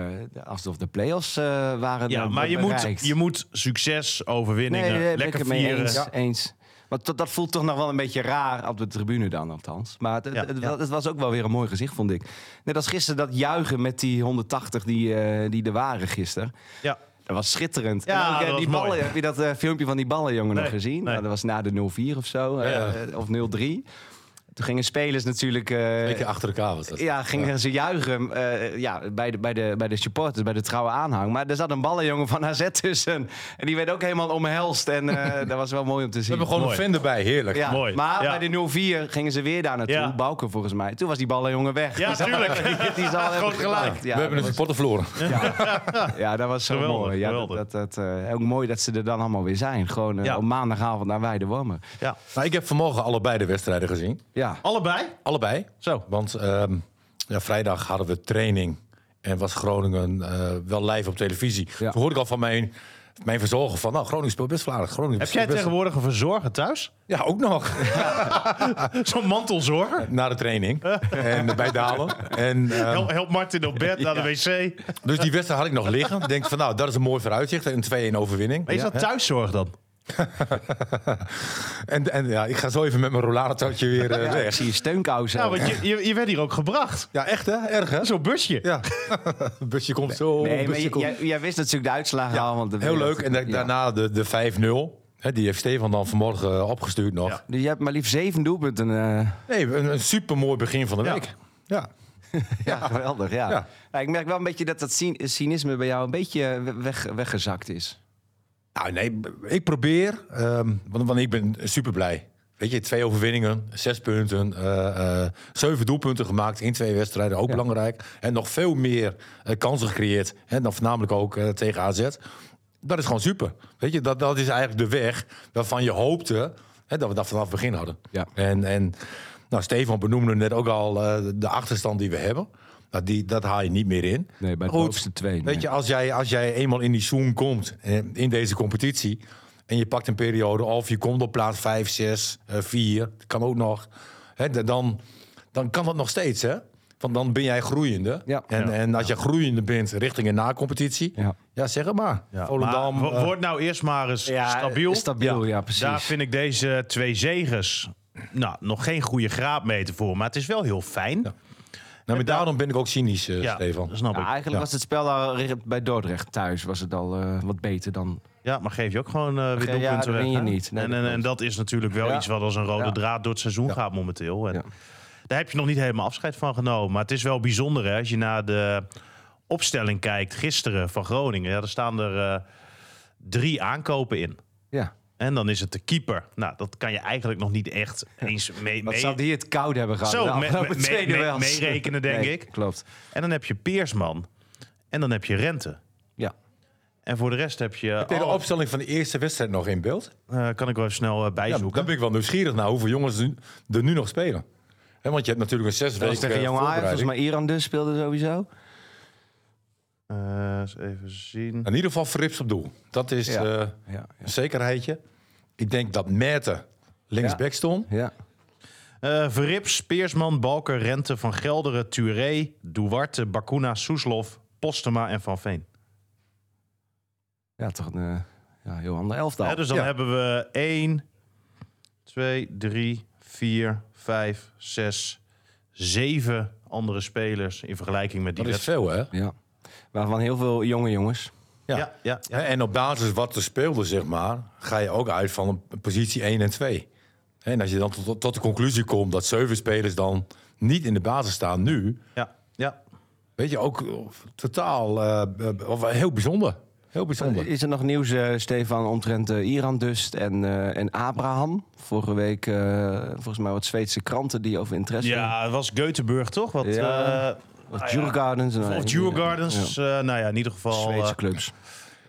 S2: alsof de play-offs eh, waren
S3: Ja,
S2: eh,
S3: maar je moet,
S2: bereikt.
S3: je moet succes,
S2: Nee,
S3: overwinningen,
S2: daar ben ik
S3: nou, lekker
S2: het mee
S3: vieren.
S2: eens. eens. Want dat, dat voelt toch nog wel een beetje raar op de tribune dan, althans. Maar het, het-
S3: Ja,
S2: het,
S3: ja.
S2: het was ook wel weer een mooi gezicht, vond ik. Net als gisteren dat juichen met die 180 die, eh, die er waren gisteren.
S3: Ja.
S2: Dat was schitterend.
S3: Ja,
S2: En ook, eh,
S3: dat
S2: die
S3: was
S2: ballen,
S3: mooi.
S2: heb je dat eh, filmpje van die ballen, jongen, nog
S3: Nee,
S2: gezien?
S3: nee.
S2: Nou, dat was na de 0-4 of zo, eh,
S4: Ja.
S2: eh, of 0-3. Toen gingen spelers natuurlijk... eh,
S4: Een keer achter elkaar was dat.
S2: ja, gingen ze juichen eh, ja, bij, de, bij, de, bij de supporters, bij de trouwe aanhang. Maar er zat een ballenjongen van AZ tussen. En die werd ook helemaal omhelst. En eh, dat was wel mooi om te
S4: We
S2: zien.
S4: hebben gewoon
S3: Mooi.
S4: een fan erbij, heerlijk.
S2: Ja,
S3: Mooi,
S2: Maar
S3: ja.
S2: bij de 0-4 gingen ze weer daar naartoe.
S3: Ja.
S2: Bouken volgens mij. Toen was die ballenjongen weg. Dus
S3: Ja,
S2: Die zal-
S3: tuurlijk.
S2: Die zal hebben
S3: Groot gelijk.
S2: gedacht. Ja,
S4: we hebben een
S2: dat
S4: supporter verloren.
S2: was- ja. ja, dat was zo
S3: Geweldig,
S2: mooi. Ja, dat,
S3: geweldig.
S2: dat, dat, eh, ook mooi dat ze er dan allemaal weer zijn. Gewoon eh,
S3: Ja.
S2: op maandagavond naar Weidewormen.
S3: Ja.
S4: Nou, ik heb vanmorgen allebei de wedstrijden gezien.
S2: Ja.
S3: Allebei?
S4: Allebei.
S3: Zo.
S4: Want ehm, ja, vrijdag hadden we training en was Groningen eh, wel live op televisie.
S2: Ja.
S4: Toen hoorde ik al van mijn, mijn verzorger van, nou, Groningen speelt best wel aardig. Groningen
S3: Heb jij
S4: speelt best-
S3: tegenwoordig een verzorger thuis?
S4: Ja, ook nog.
S3: Zo'n mantelzorger?
S4: Na de training. en bij Dalen. En, ehm,
S3: Help, help Martin op bed naar de wc. Maar
S4: dus die wedstrijd had ik nog liggen. Ik denk van nou, dat is een mooi vooruitzicht. Een 2-1 overwinning.
S3: is dat thuiszorg dan?
S4: En, en ja, ik ga zo even met mijn rollatortje weer
S2: Ja,
S4: eh,
S2: ik
S4: weg.
S2: zie eh. je steunkousen.
S3: Nou,
S2: ook.
S3: want je, je, je werd hier ook gebracht.
S4: Ja, echt hè? Erg hè?
S3: Zo'n busje.
S4: Ja. Een busje komt zo.
S2: Nee,
S4: een
S2: maar
S4: busje
S2: j-
S4: komt.
S2: jij, jij wist natuurlijk de uitslagen al. Want dat-
S4: Heel leuk. En da-
S2: Ja.
S4: daarna de, de 5-0. hè, Die heeft Stefan dan vanmorgen eh, opgestuurd nog.
S3: Ja.
S2: Dus je hebt maar liefst zeven doelpunten. eh.
S4: Nee, een, een supermooi begin van de
S3: Ja.
S4: week. Ja.
S2: ja, geweldig. Ja.
S4: Ja.
S2: Ja, ik merk wel een beetje dat dat cyn- cynisme bij jou een beetje weg, weggezakt is.
S4: Nou, nee, ik probeer, ehm, want, want ik ben super blij. Weet je, twee overwinningen, zes punten, eh, eh, zeven doelpunten gemaakt in twee wedstrijden, ook
S2: Ja.
S4: belangrijk. En nog veel meer eh, kansen gecreëerd, hè, dan voornamelijk ook eh, tegen AZ. Dat is gewoon super. Weet je, dat, dat is eigenlijk de weg waarvan je hoopte hè, dat we dat vanaf het begin hadden.
S2: Ja.
S4: En, en nou, Stefan benoemde net ook al eh, de achterstand die we hebben. Nou, die, dat haal je niet meer in.
S2: Nee, bij de
S4: Goed,
S2: bovenste twee, nee.
S4: Weet je, als jij, als jij eenmaal in die zoom komt eh, in deze competitie. en je pakt een periode. Of je komt op plaats 5, 6, 4. Dat kan ook nog. Hè, d- dan, dan kan dat nog steeds, hè? Want dan ben jij groeiende.
S2: Ja.
S4: En,
S3: Ja.
S4: en als je groeiende bent richting een na-competitie,
S2: Ja.
S4: ja. zeg het maar.
S3: Ja,
S4: Volendam.
S3: maar wo-
S4: eh,
S3: word nou eerst maar eens
S2: Ja,
S3: stabiel.
S2: stabiel, ja, precies.
S3: Daar vind ik deze twee zegens nou, nog geen goede graadmeter voor. Maar het is wel heel fijn. Ja,
S4: nou, maar daarom ben ik ook cynisch, eh,
S3: ja
S4: Stefan.
S3: dat snap
S2: Ja,
S3: ik.
S2: Nou, eigenlijk was het spel daar re- bij Dordrecht thuis was het al eh, wat beter dan.
S3: Ja, maar geef je ook gewoon eh, weer
S2: Ja,
S3: doelpunten
S2: dat
S3: weg,
S2: win je
S3: hè?
S2: niet. Nee,
S3: en,
S2: dat
S3: en, en
S2: klopt.
S3: dat is natuurlijk wel
S2: Ja.
S3: iets wat als een rode
S2: Ja.
S3: draad door het seizoen gaat momenteel. En
S2: Ja.
S3: Daar heb je nog niet helemaal afscheid van genomen. Maar het is wel bijzonder hè, als je naar de opstelling kijkt gisteren van Groningen. Ja, er staan er eh, drie aankopen in.
S2: Ja.
S3: En dan is het de keeper. Nou, dat kan je eigenlijk nog niet echt eens mee...
S2: Wat
S3: mee-
S2: zou die het koud hebben gehad? Nou,
S3: Zo,
S2: de
S3: me-
S2: afgelopen
S3: me-
S2: twee
S3: me- me-
S2: duels?
S3: meerekenen, denk
S2: Nee,
S3: ik.
S2: Klopt.
S3: En dan heb je Peersman. En dan heb je Rente.
S2: Ja.
S3: En voor de rest heb je...
S4: Heb je de
S3: alle-
S4: opstelling van de eerste wedstrijd nog in beeld?
S3: eh, kan ik wel Oh. even snel eh,
S4: Ja,
S3: bijzoeken.
S4: dan ben ik wel nieuwsgierig naar hoeveel jongens nu- er nu nog spelen. Hè, want je hebt natuurlijk een zes
S2: Dat was
S4: weken
S2: tegen
S4: eh,
S2: Jong Ajax, volgens
S4: voorbereiding.
S2: mij Iran dus speelde sowieso.
S3: Eh, eens even zien.
S4: In ieder geval Frips op doel. Dat is
S2: Ja.
S4: eh,
S2: Ja.
S4: een zekerheidje. Ik denk dat Merten linksback stond.
S2: Ja.
S3: Eh Verrip, Speersman, Balker, Rente, Van Gelderen, Touré, Duarte, Bakuna, Soeslof, Postema en Van Veen.
S2: Ja, toch een eh, ja, heel ander elftal.
S3: Hè, dus dan
S4: ja.
S3: hebben we 1, 2, 3, 4, 5, 6, 7 andere spelers in vergelijking met die
S4: Dat is
S3: wedstrijd.
S4: veel, hè?
S2: Ja. Waarvan heel veel jonge jongens.
S4: Ja.
S3: Ja, ja, ja.
S4: Hè, En op basis wat er speelde, zeg maar, ga je ook uit van een positie 1 en 2. Hè, En als je dan tot, tot de conclusie komt dat zeven spelers dan niet in de basis staan nu,
S3: ja, ja.
S4: weet je ook eh, totaal eh, eh, of heel bijzonder. Heel bijzonder.
S2: Is er nog nieuws, eh, Stefan, omtrent eh, Iran Dust en, eh, en Abraham? Vorige week eh, volgens mij wat Zweedse kranten die over interesse...
S3: Ja, het was Göteborg toch? Wat,
S2: Ja.
S3: eh,
S2: Of
S3: ah, ja.
S2: Djurgardens. en-
S3: Of Djur Gardens. eh, nou ja, in ieder
S2: Ja.
S3: geval eh,
S2: Zweedse clubs.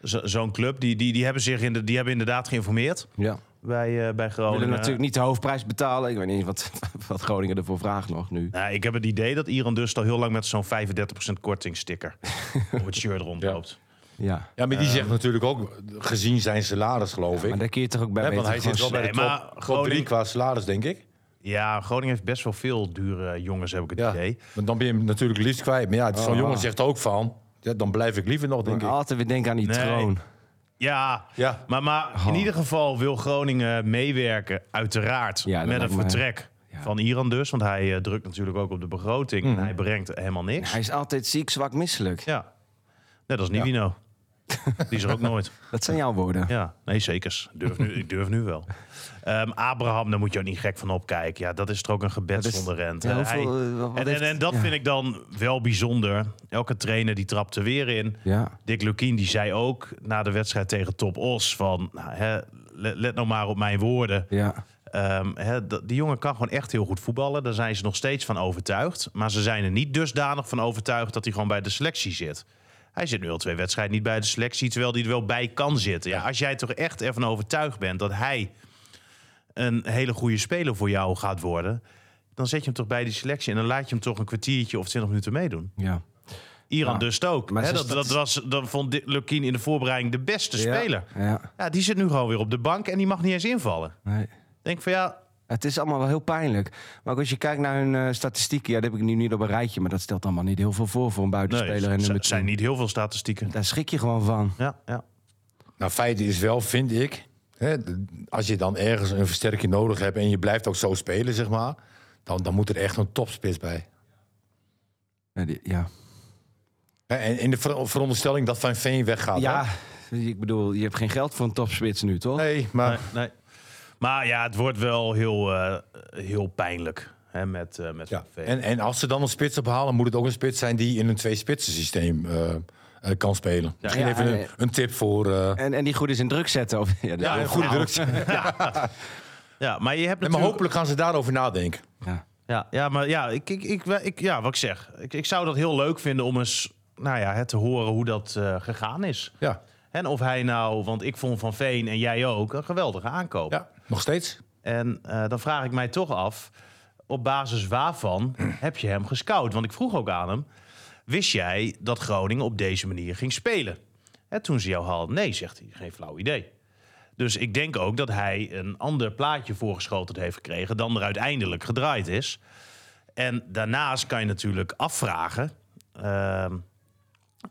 S3: zo- zo'n club. Die, die, die, hebben zich in de, die hebben inderdaad geïnformeerd
S2: Ja.
S3: bij, eh, bij
S2: We willen
S3: Groningen.
S2: natuurlijk niet de hoofdprijs betalen. Ik weet niet wat, wat Groningen ervoor vraagt nog nu.
S3: Nou, ik heb het idee dat Iran dus al heel lang met zo'n 35% kortingsticker op het shirt rondloopt.
S2: Ja.
S4: Ja, maar die zegt natuurlijk ook, gezien zijn salaris, geloof ik.
S2: Maar daar kun je toch ook bij
S4: Hè, want
S2: weten.
S4: hij zit wel
S2: gewoon
S4: bij de
S3: Nee, maar
S4: top, top
S3: Groningen-
S4: drie qua salaris, denk ik.
S3: Ja, Groningen heeft best wel veel dure jongens, heb ik het
S4: Ja.
S3: idee.
S4: Want dan ben je hem natuurlijk liefst kwijt. Maar ja, het- zo'n
S2: Ah.
S4: jongen zegt ook van, ja, dan blijf ik liever nog, denk ik.
S2: Altijd weer denken aan die
S3: Nee.
S2: troon.
S3: Ja,
S4: Ja.
S3: maar, maar in
S2: Oh.
S3: ieder geval wil Groningen meewerken, uiteraard,
S2: Ja, dat
S3: met een
S2: lijkt me-
S3: vertrek
S2: ja. Mhm.
S3: van Iran dus. Want hij eh, drukt natuurlijk ook op de begroting en hij brengt helemaal niks.
S2: Hij is altijd ziek, zwak, misselijk.
S3: Ja, net als Nivino. Die is er ook nooit.
S2: Dat zijn jouw woorden.
S3: Ja, nee, zeker. Durf nu, ik durf nu wel. Ehm, Abraham, daar moet je ook niet gek van opkijken. Ja, dat is er ook een gebed
S2: Dat is-
S3: zonder rente.
S2: ja,
S3: Hij-
S2: hoeveel, eh, wat- wat
S3: en, en,
S2: heeft-
S3: en dat
S2: ja.
S3: vind ik dan wel bijzonder. Elke trainer die trapt er weer in.
S2: Ja.
S3: Dick Lukien die zei ook na de wedstrijd tegen Top Os van... nou, hè, let, let nou maar op mijn woorden.
S2: Ja.
S3: Ehm, hè, dat- die jongen kan gewoon echt heel goed voetballen. Daar zijn ze nog steeds van overtuigd. Maar ze zijn er niet dusdanig van overtuigd dat hij gewoon bij de selectie zit. Hij zit nu al twee wedstrijden niet bij de selectie, terwijl hij er wel bij kan zitten. Ja, als jij toch echt ervan overtuigd bent dat hij een hele goede speler voor jou gaat worden... dan zet je hem toch bij die selectie en dan laat je hem toch een kwartiertje of twintig minuten meedoen.
S2: ja.
S3: Iran
S2: Ja,
S3: dus ook.
S2: maar
S3: Hè,
S2: ze
S3: dat,
S2: staat-
S3: dat, was, dat vond Dick Lukien in de voorbereiding de beste speler.
S2: Ja. ja.
S3: Ja, die zit nu gewoon weer op de bank en die mag niet eens invallen.
S2: Nee.
S3: Denk van ja,
S2: Het is allemaal wel heel pijnlijk. Maar ook als je kijkt naar hun eh, statistieken, ja, dat heb ik nu niet op een rijtje, maar dat stelt allemaal niet heel veel voor voor een buitenspeler. en
S3: er
S2: nummer
S3: zijn
S2: 10.
S3: niet heel veel statistieken.
S2: Daar schrik je gewoon van.
S3: Ja, ja.
S4: Nou, feit is wel, vind ik, hè, d- als je dan ergens een versterking nodig hebt en je blijft ook zo spelen, zeg maar, dan, dan moet er echt een topspits bij.
S2: Ja, die- ja.
S4: Hè, En in de ver- veronderstelling dat Van Veen weggaat.
S2: ja,
S4: hè?
S2: ik bedoel, je hebt geen geld voor een topspits nu, toch?
S4: Nee, maar
S3: Nee, nee. Maar ja, het wordt wel heel, eh, heel pijnlijk hè, met, eh met
S4: Ja.
S3: VV.
S4: En, en als ze dan een spits ophalen, moet het ook een spits zijn die in een twee-spitsen systeem eh, eh, kan spelen. Misschien
S2: Ja,
S4: even
S2: nee.
S4: een, een tip voor. eh,
S2: En, en die goed is in druk zetten. Of, ja, dus- dat is
S4: ja,
S2: heel
S4: een goede
S2: verhaal.
S4: druk. Nee,
S3: Ja, maar je hebt
S4: maar
S3: natuurlijk...
S4: hopelijk gaan ze daarover nadenken.
S2: Ja.
S3: Ja, ja, maar ja, ik, ik, ik, ik- ja, wat ik zeg. Ik, ik zou dat heel leuk vinden om eens nou ja, hè, te horen hoe dat eh, gegaan is.
S4: Ja,
S3: En of hij nou, want ik vond Van Veen en jij ook, een geweldige aankoop.
S4: ja. nog steeds.
S3: En eh, dan vraag ik mij toch af, op basis waarvan heb je hem gescout? Want ik vroeg ook aan hem, wist jij dat Groningen op deze manier ging spelen? En toen ze jou haalden, nee, zegt hij, geen flauw idee. Dus ik denk ook dat hij een ander plaatje voorgeschoteld heeft gekregen dan er uiteindelijk gedraaid is. En daarnaast kan je natuurlijk afvragen ehm,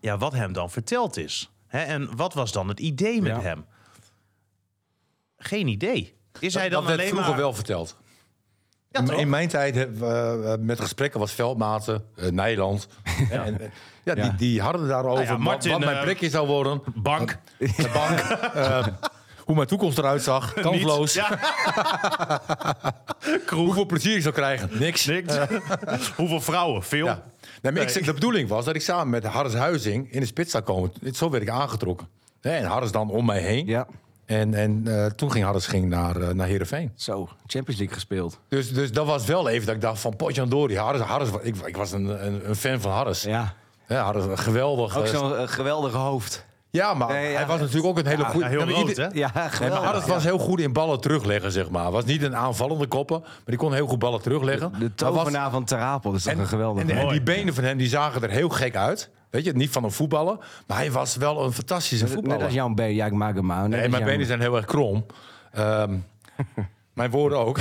S3: ja, wat hem dan verteld is. Hè, en wat was dan het idee met
S4: Ja.
S3: hem? Geen idee. Is hij dan
S4: dat werd
S3: alleen
S4: vroeger
S3: maar...
S4: wel verteld.
S3: Ja, toch?
S4: in mijn tijd hebben we, eh, met gesprekken was Veldmaten, eh, Nijland. Ja. En, eh, ja, Die, die hadden daarover
S3: Nou ja,
S4: wa-
S3: Martin,
S4: wat mijn
S3: eh,
S4: plekje zou worden.
S3: Bank.
S4: De bank. eh, hoe mijn toekomst eruit zag. Kansloos.
S3: Niet. Ja,
S4: Hoeveel plezier ik zou krijgen. Niks.
S3: niks. Hoeveel vrouwen? Veel.
S4: Ja. Nee, maar ik zeg, de bedoeling was dat ik samen met Harris Huizing in de spits zou komen. Zo werd ik aangetrokken. Hè, En Harris dan om mij heen.
S2: Ja.
S4: En, en eh, toen ging Harris ging naar, eh, naar Heerenveen.
S2: Zo, Champions League gespeeld.
S4: Dus, dus dat was wel even dat ik dacht van potjandori. Harris, Harris, ik, ik was een, een, een fan van Harris.
S2: Ja.
S4: Hè, Harris, een geweldig.
S2: Ook
S4: eh,
S2: zo'n eh, geweldige hoofd.
S4: ja, maar
S2: Nee, ja.
S4: hij was natuurlijk ook een hele goede...
S3: Ja, heel
S4: Ja, maar
S3: rood,
S4: ieder-
S3: hè?
S2: Ja,
S4: Nee, maar
S2: geweldig.
S4: Harris was heel goed in ballen terugleggen, zeg maar. Was niet een aanvallende kopper, maar die kon heel goed ballen terugleggen.
S2: De
S4: Maar was,
S2: tovenaar van Terapel is toch een
S4: En,
S2: geweldige.
S4: en
S3: Mooi.
S4: die benen van hem die zagen er heel gek uit. Weet je, niet van een voetballer. Maar hij was wel een fantastische voetballer.
S2: Net als Jan B. Ja, ik maak hem maar. Net
S4: nee,
S2: als
S4: mijn
S2: Jan-
S4: benen zijn heel erg krom. Ehm, mijn woorden ook.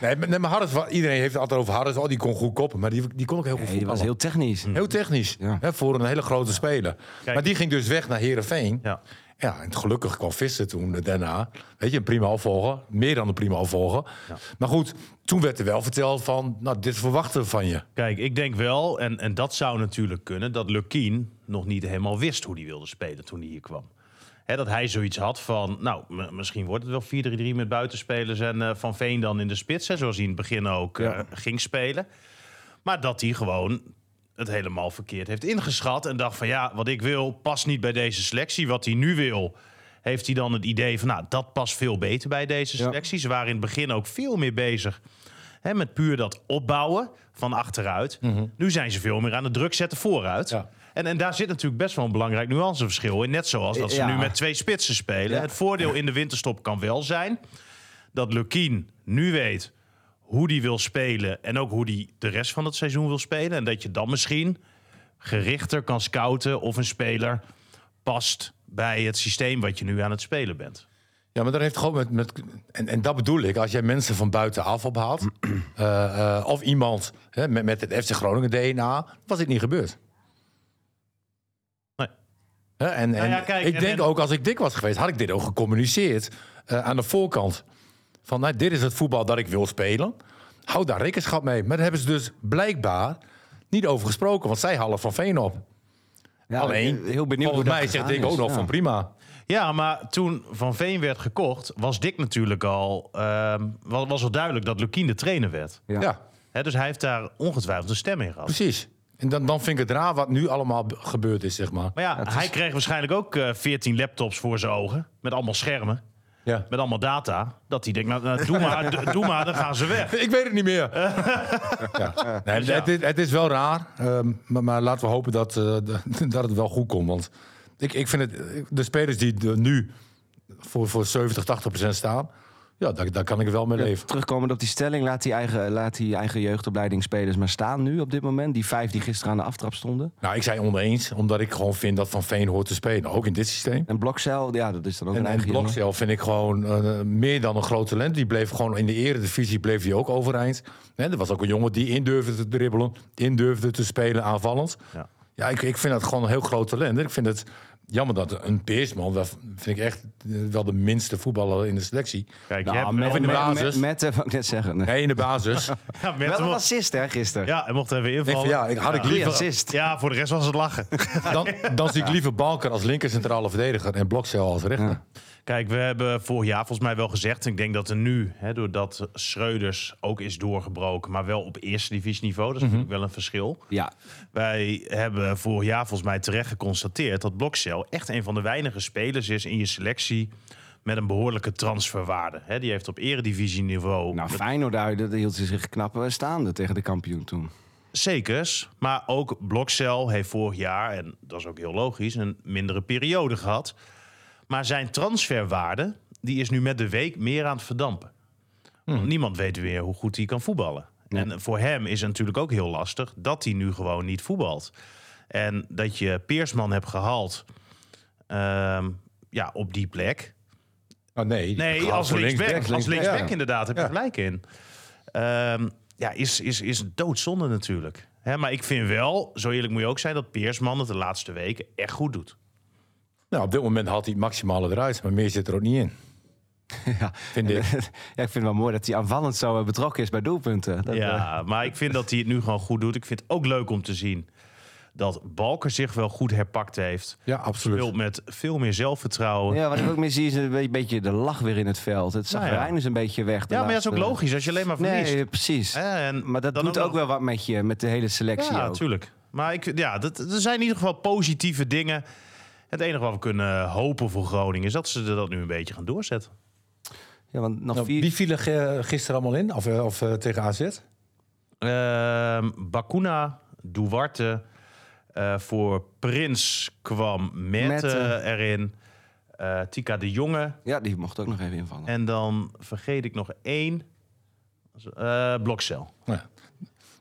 S4: nee, maar- nee, maar Harris, wa- iedereen heeft het altijd over Harris. Oh, die kon goed koppen. Maar die, die kon ook heel goed
S2: Nee, die was
S4: voetballen.
S2: heel technisch.
S4: Heel technisch.
S2: Ja.
S4: Hè, voor een hele grote speler.
S3: Kijk.
S4: Maar die ging dus weg naar Herenveen.
S3: Ja.
S4: Ja, en gelukkig kwam Visser toen eh, daarna. Weet je, een prima opvolger. Meer dan een prima opvolger. Maar goed, toen werd er wel verteld van... Nou, dit verwachten we van je.
S3: Kijk, ik denk wel, en, en dat zou natuurlijk kunnen, dat Lukien nog niet helemaal wist hoe hij wilde spelen toen hij hier kwam. Hè, dat hij zoiets had van, nou, m- misschien wordt het wel 4-3-3 met buitenspelers en eh, Van Veen dan in de spits, hè, zoals hij in het begin ook eh, ging spelen. Maar dat hij gewoon het helemaal verkeerd heeft ingeschat en dacht van, ja, wat ik wil past niet bij deze selectie. Wat hij nu wil, heeft hij dan het idee van, nou, dat past veel beter bij deze
S2: Ja.
S3: selectie. Ze waren in het begin ook veel meer bezig Hè, met puur dat opbouwen van achteruit.
S2: Mhm.
S3: Nu zijn ze veel meer aan de druk zetten vooruit.
S4: Ja.
S3: En, en daar zit natuurlijk best wel een belangrijk nuanceverschil in. Net zoals dat ze
S2: Ja.
S3: nu met twee spitsen spelen.
S2: Ja.
S3: Het voordeel in de winterstop kan wel zijn dat Lukien nu weet hoe die wil spelen en ook hoe die de rest van het seizoen wil spelen. En dat je dan misschien gerichter kan scouten of een speler past bij het systeem wat je nu aan het spelen bent.
S4: Ja, maar dat heeft gewoon met... met en, en dat bedoel ik, als jij mensen van buitenaf ophaalt... eh, eh, of iemand hè, met, met het FC Groningen DNA... was dit niet gebeurd.
S3: Nee.
S4: Hè, en, en
S3: Nou ja, kijk,
S4: ik
S3: en-
S4: denk
S3: en-
S4: ook, als ik dik was geweest... had ik dit ook gecommuniceerd eh, aan de voorkant. Van, nou, dit is het voetbal dat ik wil spelen. Hou daar rekenschap mee. Maar daar hebben ze dus blijkbaar niet over gesproken... want zij halen Van Veen op.
S2: Ja,
S4: Alleen,
S2: heel benieuwd hoe dat
S4: volgens mij zegt
S2: gegaan
S4: ik ook
S2: is.
S4: nog
S2: Ja.
S4: van prima.
S3: Ja, maar toen Van Veen werd gekocht, was Dick natuurlijk al. ehm, wa- was al duidelijk dat Lukien de trainer werd.
S2: Ja.
S4: ja.
S3: Hè, dus hij heeft daar ongetwijfeld een stem in gehad.
S4: Precies. En dan, dan vind ik het raar wat nu allemaal b- gebeurd is, zeg maar.
S3: Maar ja, hij kreeg waarschijnlijk ook eh 14 laptops voor zijn ogen. Met allemaal schermen,
S4: Ja.
S3: met allemaal data. Dat hij denkt, nou, nou, doe, maar, d- doe maar, dan gaan ze weg.
S4: Ik weet het niet meer. ja. nee,
S3: ja.
S4: het, is- het is wel raar, ehm, maar, maar laten we hopen dat, eh, d- dat het wel goed komt. Want ik, ik vind het, de spelers die er nu voor, voor 70, 80 procent staan, ja, daar, daar kan ik wel mee leven.
S2: Terugkomend op die stelling, laat die, eigen, laat die eigen jeugdopleiding spelers maar staan nu op dit moment. Die vijf die gisteren aan de aftrap stonden.
S4: Nou, ik zei oneens, omdat ik gewoon vind dat Van Veen hoort te spelen, ook in dit systeem.
S2: En Blokcel, ja, dat is dan ook
S4: En,
S2: een
S4: en
S2: eigen jongen.
S4: Blokcel vind ik gewoon eh, meer dan een groot talent. Die bleef gewoon in de eredivisie bleef hij ook overeind. En er was ook een jongen die in durfde te dribbelen, in durfde te spelen aanvallend.
S3: Ja.
S4: Ja, ik, ik vind dat gewoon een heel groot talent. Ik vind het jammer dat een Peersman, dat vind ik echt eh, wel de minste voetballer in de selectie.
S3: Kijk,
S2: Nou,
S3: je hebt
S2: met,
S3: wel-
S4: in de
S2: met-
S4: basis.
S2: met- met, eh, wou ik net zeggen. Nee.
S4: Nee, in de basis. ik,
S3: ja, met
S2: Wel
S3: hem-
S2: een assist, hè, gisteren.
S3: ja, hij mocht er even
S4: vind-
S3: invallen.
S4: ja, ik had ik
S2: Drie
S4: liever,
S2: assist.
S3: Ja, voor de rest was het lachen.
S4: dan, dan zie ik liever Balker als linker centrale verdediger en Blokcel als rechter.
S3: Kijk, we hebben vorig jaar volgens mij wel gezegd. en Ik denk dat er nu, hè, doordat Schreuders ook is doorgebroken, maar wel op eerste divisieniveau. Dat is natuurlijk wel een verschil.
S2: Ja.
S3: Wij hebben vorig jaar volgens mij terecht geconstateerd dat Blokcel echt een van de weinige spelers is in je selectie met een behoorlijke transferwaarde. Hè, die heeft op eredivisieniveau
S2: Nou, Feyenoord uit, dat hield ze zich knap eh, staande tegen de kampioen toen.
S3: zekers, maar ook Blokcel heeft vorig jaar, en dat is ook heel logisch, een mindere periode gehad. Maar zijn transferwaarde, die is nu met de week meer aan het verdampen. Want Niemand weet weer hoe goed hij kan voetballen. En voor hem is het natuurlijk ook heel lastig dat hij nu gewoon niet voetbalt. En dat je Peersman hebt gehaald ehm, ja, op die plek.
S4: Ah, nee, die gaat
S3: Nee,
S4: voor
S3: als linksback,
S4: linksback,
S3: als linksback
S4: ja.
S3: inderdaad, heb je
S4: Ja.
S3: gelijk in. Ehm, ja, is, is, is doodzonde natuurlijk. Hè, maar ik vind wel, zo eerlijk moet je ook zijn, dat Peersman het de laatste weken echt goed doet.
S4: Nou, op dit moment haalt hij het maximale eruit, maar meer zit er ook niet in.
S2: Ja.
S4: Vind ik.
S2: ja, ik vind het wel mooi dat hij aanvallend zo eh, betrokken is bij doelpunten. Dat, eh,
S3: Ja, maar ik vind dat hij het nu gewoon goed doet. Ik vind het ook leuk om te zien dat Balker zich wel goed herpakt heeft.
S4: Ja, absoluut.
S3: Speelt met veel meer zelfvertrouwen. Ja,
S2: eh, ja, wat ik ook meer zie is een be- beetje de lach weer in het veld. Het
S3: Nou ja.
S2: zagrijn is een beetje weg. de
S3: maar dat is ook
S2: laatste-
S3: logisch als je alleen maar verliest.
S2: Nee, precies.
S3: Hè, en
S2: Maar dat
S3: dan
S2: doet ook,
S3: nog-
S2: wel wat met je, met de hele selectie
S3: Ja,
S2: ook.
S3: natuurlijk. Maar ik, ja, dat, er zijn in ieder geval positieve dingen. Het enige wat we kunnen hopen voor Groningen is dat ze dat nu een beetje gaan doorzetten.
S2: Ja, want nog
S4: Nou,
S2: vier...
S4: wie vielen ge- gisteren allemaal in? Of, eh, of eh, tegen AZ?
S3: Ehm, Bakuna, Duarte. eh, voor Prins kwam Mette,
S2: Mette.
S3: erin. Eh, Tika de Jonge.
S2: Ja, die mocht ook nog even invallen.
S3: En dan vergeet ik nog één. Eh Blokcel.
S4: Ja.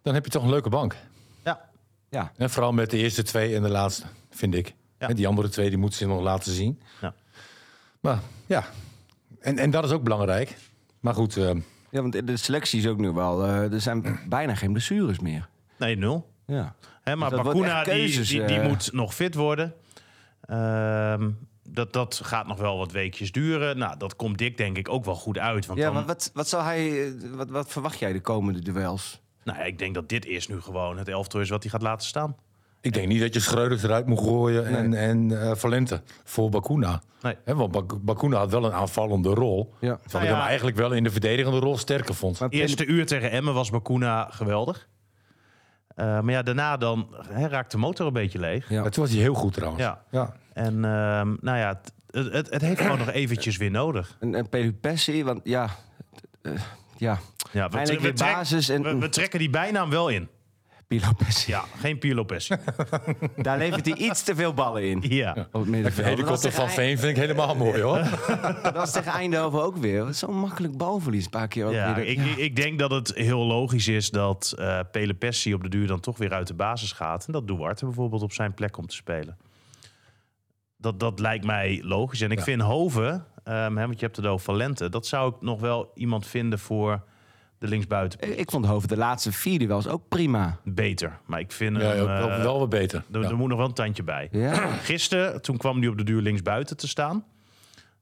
S4: Dan heb je toch een leuke bank.
S3: Ja.
S2: Ja.
S4: En vooral met de eerste twee en de laatste, vind ik.
S3: Ja.
S4: En Die andere twee die moeten ze nog laten zien.
S3: Ja.
S4: Maar ja, en, en dat is ook belangrijk. Maar goed, eh,
S2: ja, want de selectie is ook nu wel... eh, er zijn bijna geen blessures meer.
S3: Nee, nul.
S2: Ja.
S3: Hè, maar
S2: Dus dat wordt
S3: Bakuna
S2: echt
S3: die,
S2: keuzes,
S3: die, die
S2: eh.
S3: moet nog fit worden. Ehm, dat, dat gaat nog wel wat weekjes duren. Nou, dat komt Dick denk ik ook wel goed uit. Want
S2: Ja,
S3: dan-
S2: maar wat, wat, zou hij, eh, wat, wat verwacht jij de komende duels?
S3: nou, ja, ik denk dat dit is nu gewoon het elftal is wat hij gaat laten staan.
S4: ik denk niet dat je Schreuders eruit moet gooien en, en eh, Valente voor Bakuna.
S3: Nee.
S4: Hè, want Bak- Bakuna had wel een aanvallende rol.
S2: Ja.
S4: Terwijl
S3: Nou
S4: ik
S3: ja.
S4: hem eigenlijk wel in de verdedigende rol sterker vond.
S2: Maar
S3: Eerste uur tegen Emmen was Bakuna geweldig. Eh, maar ja, daarna dan hè, raakt de motor een beetje leeg.
S2: Ja.
S4: Maar toen was hij heel goed trouwens.
S3: Ja.
S4: Ja.
S3: En ehm, nou ja, het, het, het heeft gewoon nog eventjes weer nodig.
S2: En, en Pelupessi, want ja... eh, ja,
S3: Ja, we,
S2: Eindelijk weer
S3: trek-
S2: basis en-
S3: we, we trekken die bijnaam wel in.
S2: Pilo Pessi.
S3: Ja, geen Pio Lopez.
S2: Daar levert hij iets te veel ballen in.
S3: ja.
S2: Op het
S4: Ik
S2: middenveld.
S4: vind
S2: Dat was
S4: helikopter
S2: tegen
S4: van Veen vind ik helemaal mooi hoor.
S2: Dat was tegen Eindhoven ook weer. Zo'n makkelijk balverlies een paar keer ook
S3: Ja,
S2: weer.
S3: ik, ik- ik denk dat het heel logisch is dat eh Pele Pessi op de duur dan toch weer uit de basis gaat. En dat Duarte bijvoorbeeld op zijn plek komt te spelen. Dat, dat lijkt mij logisch. En ik
S4: Ja.
S3: vind Hoven, ehm, hè, want je hebt het over Valente, dat zou ik nog wel iemand vinden voor de linksbuiten
S2: Ik, ik vond Hoven de laatste vier duels ook prima.
S3: beter. Maar ik vind
S4: Ja,
S3: hem,
S4: ja, wel,
S3: eh,
S4: wel wat beter.
S3: er, er
S4: Ja.
S3: moet nog wel een tandje bij.
S2: Ja.
S3: Gisteren, toen kwam hij op de duur linksbuiten te staan.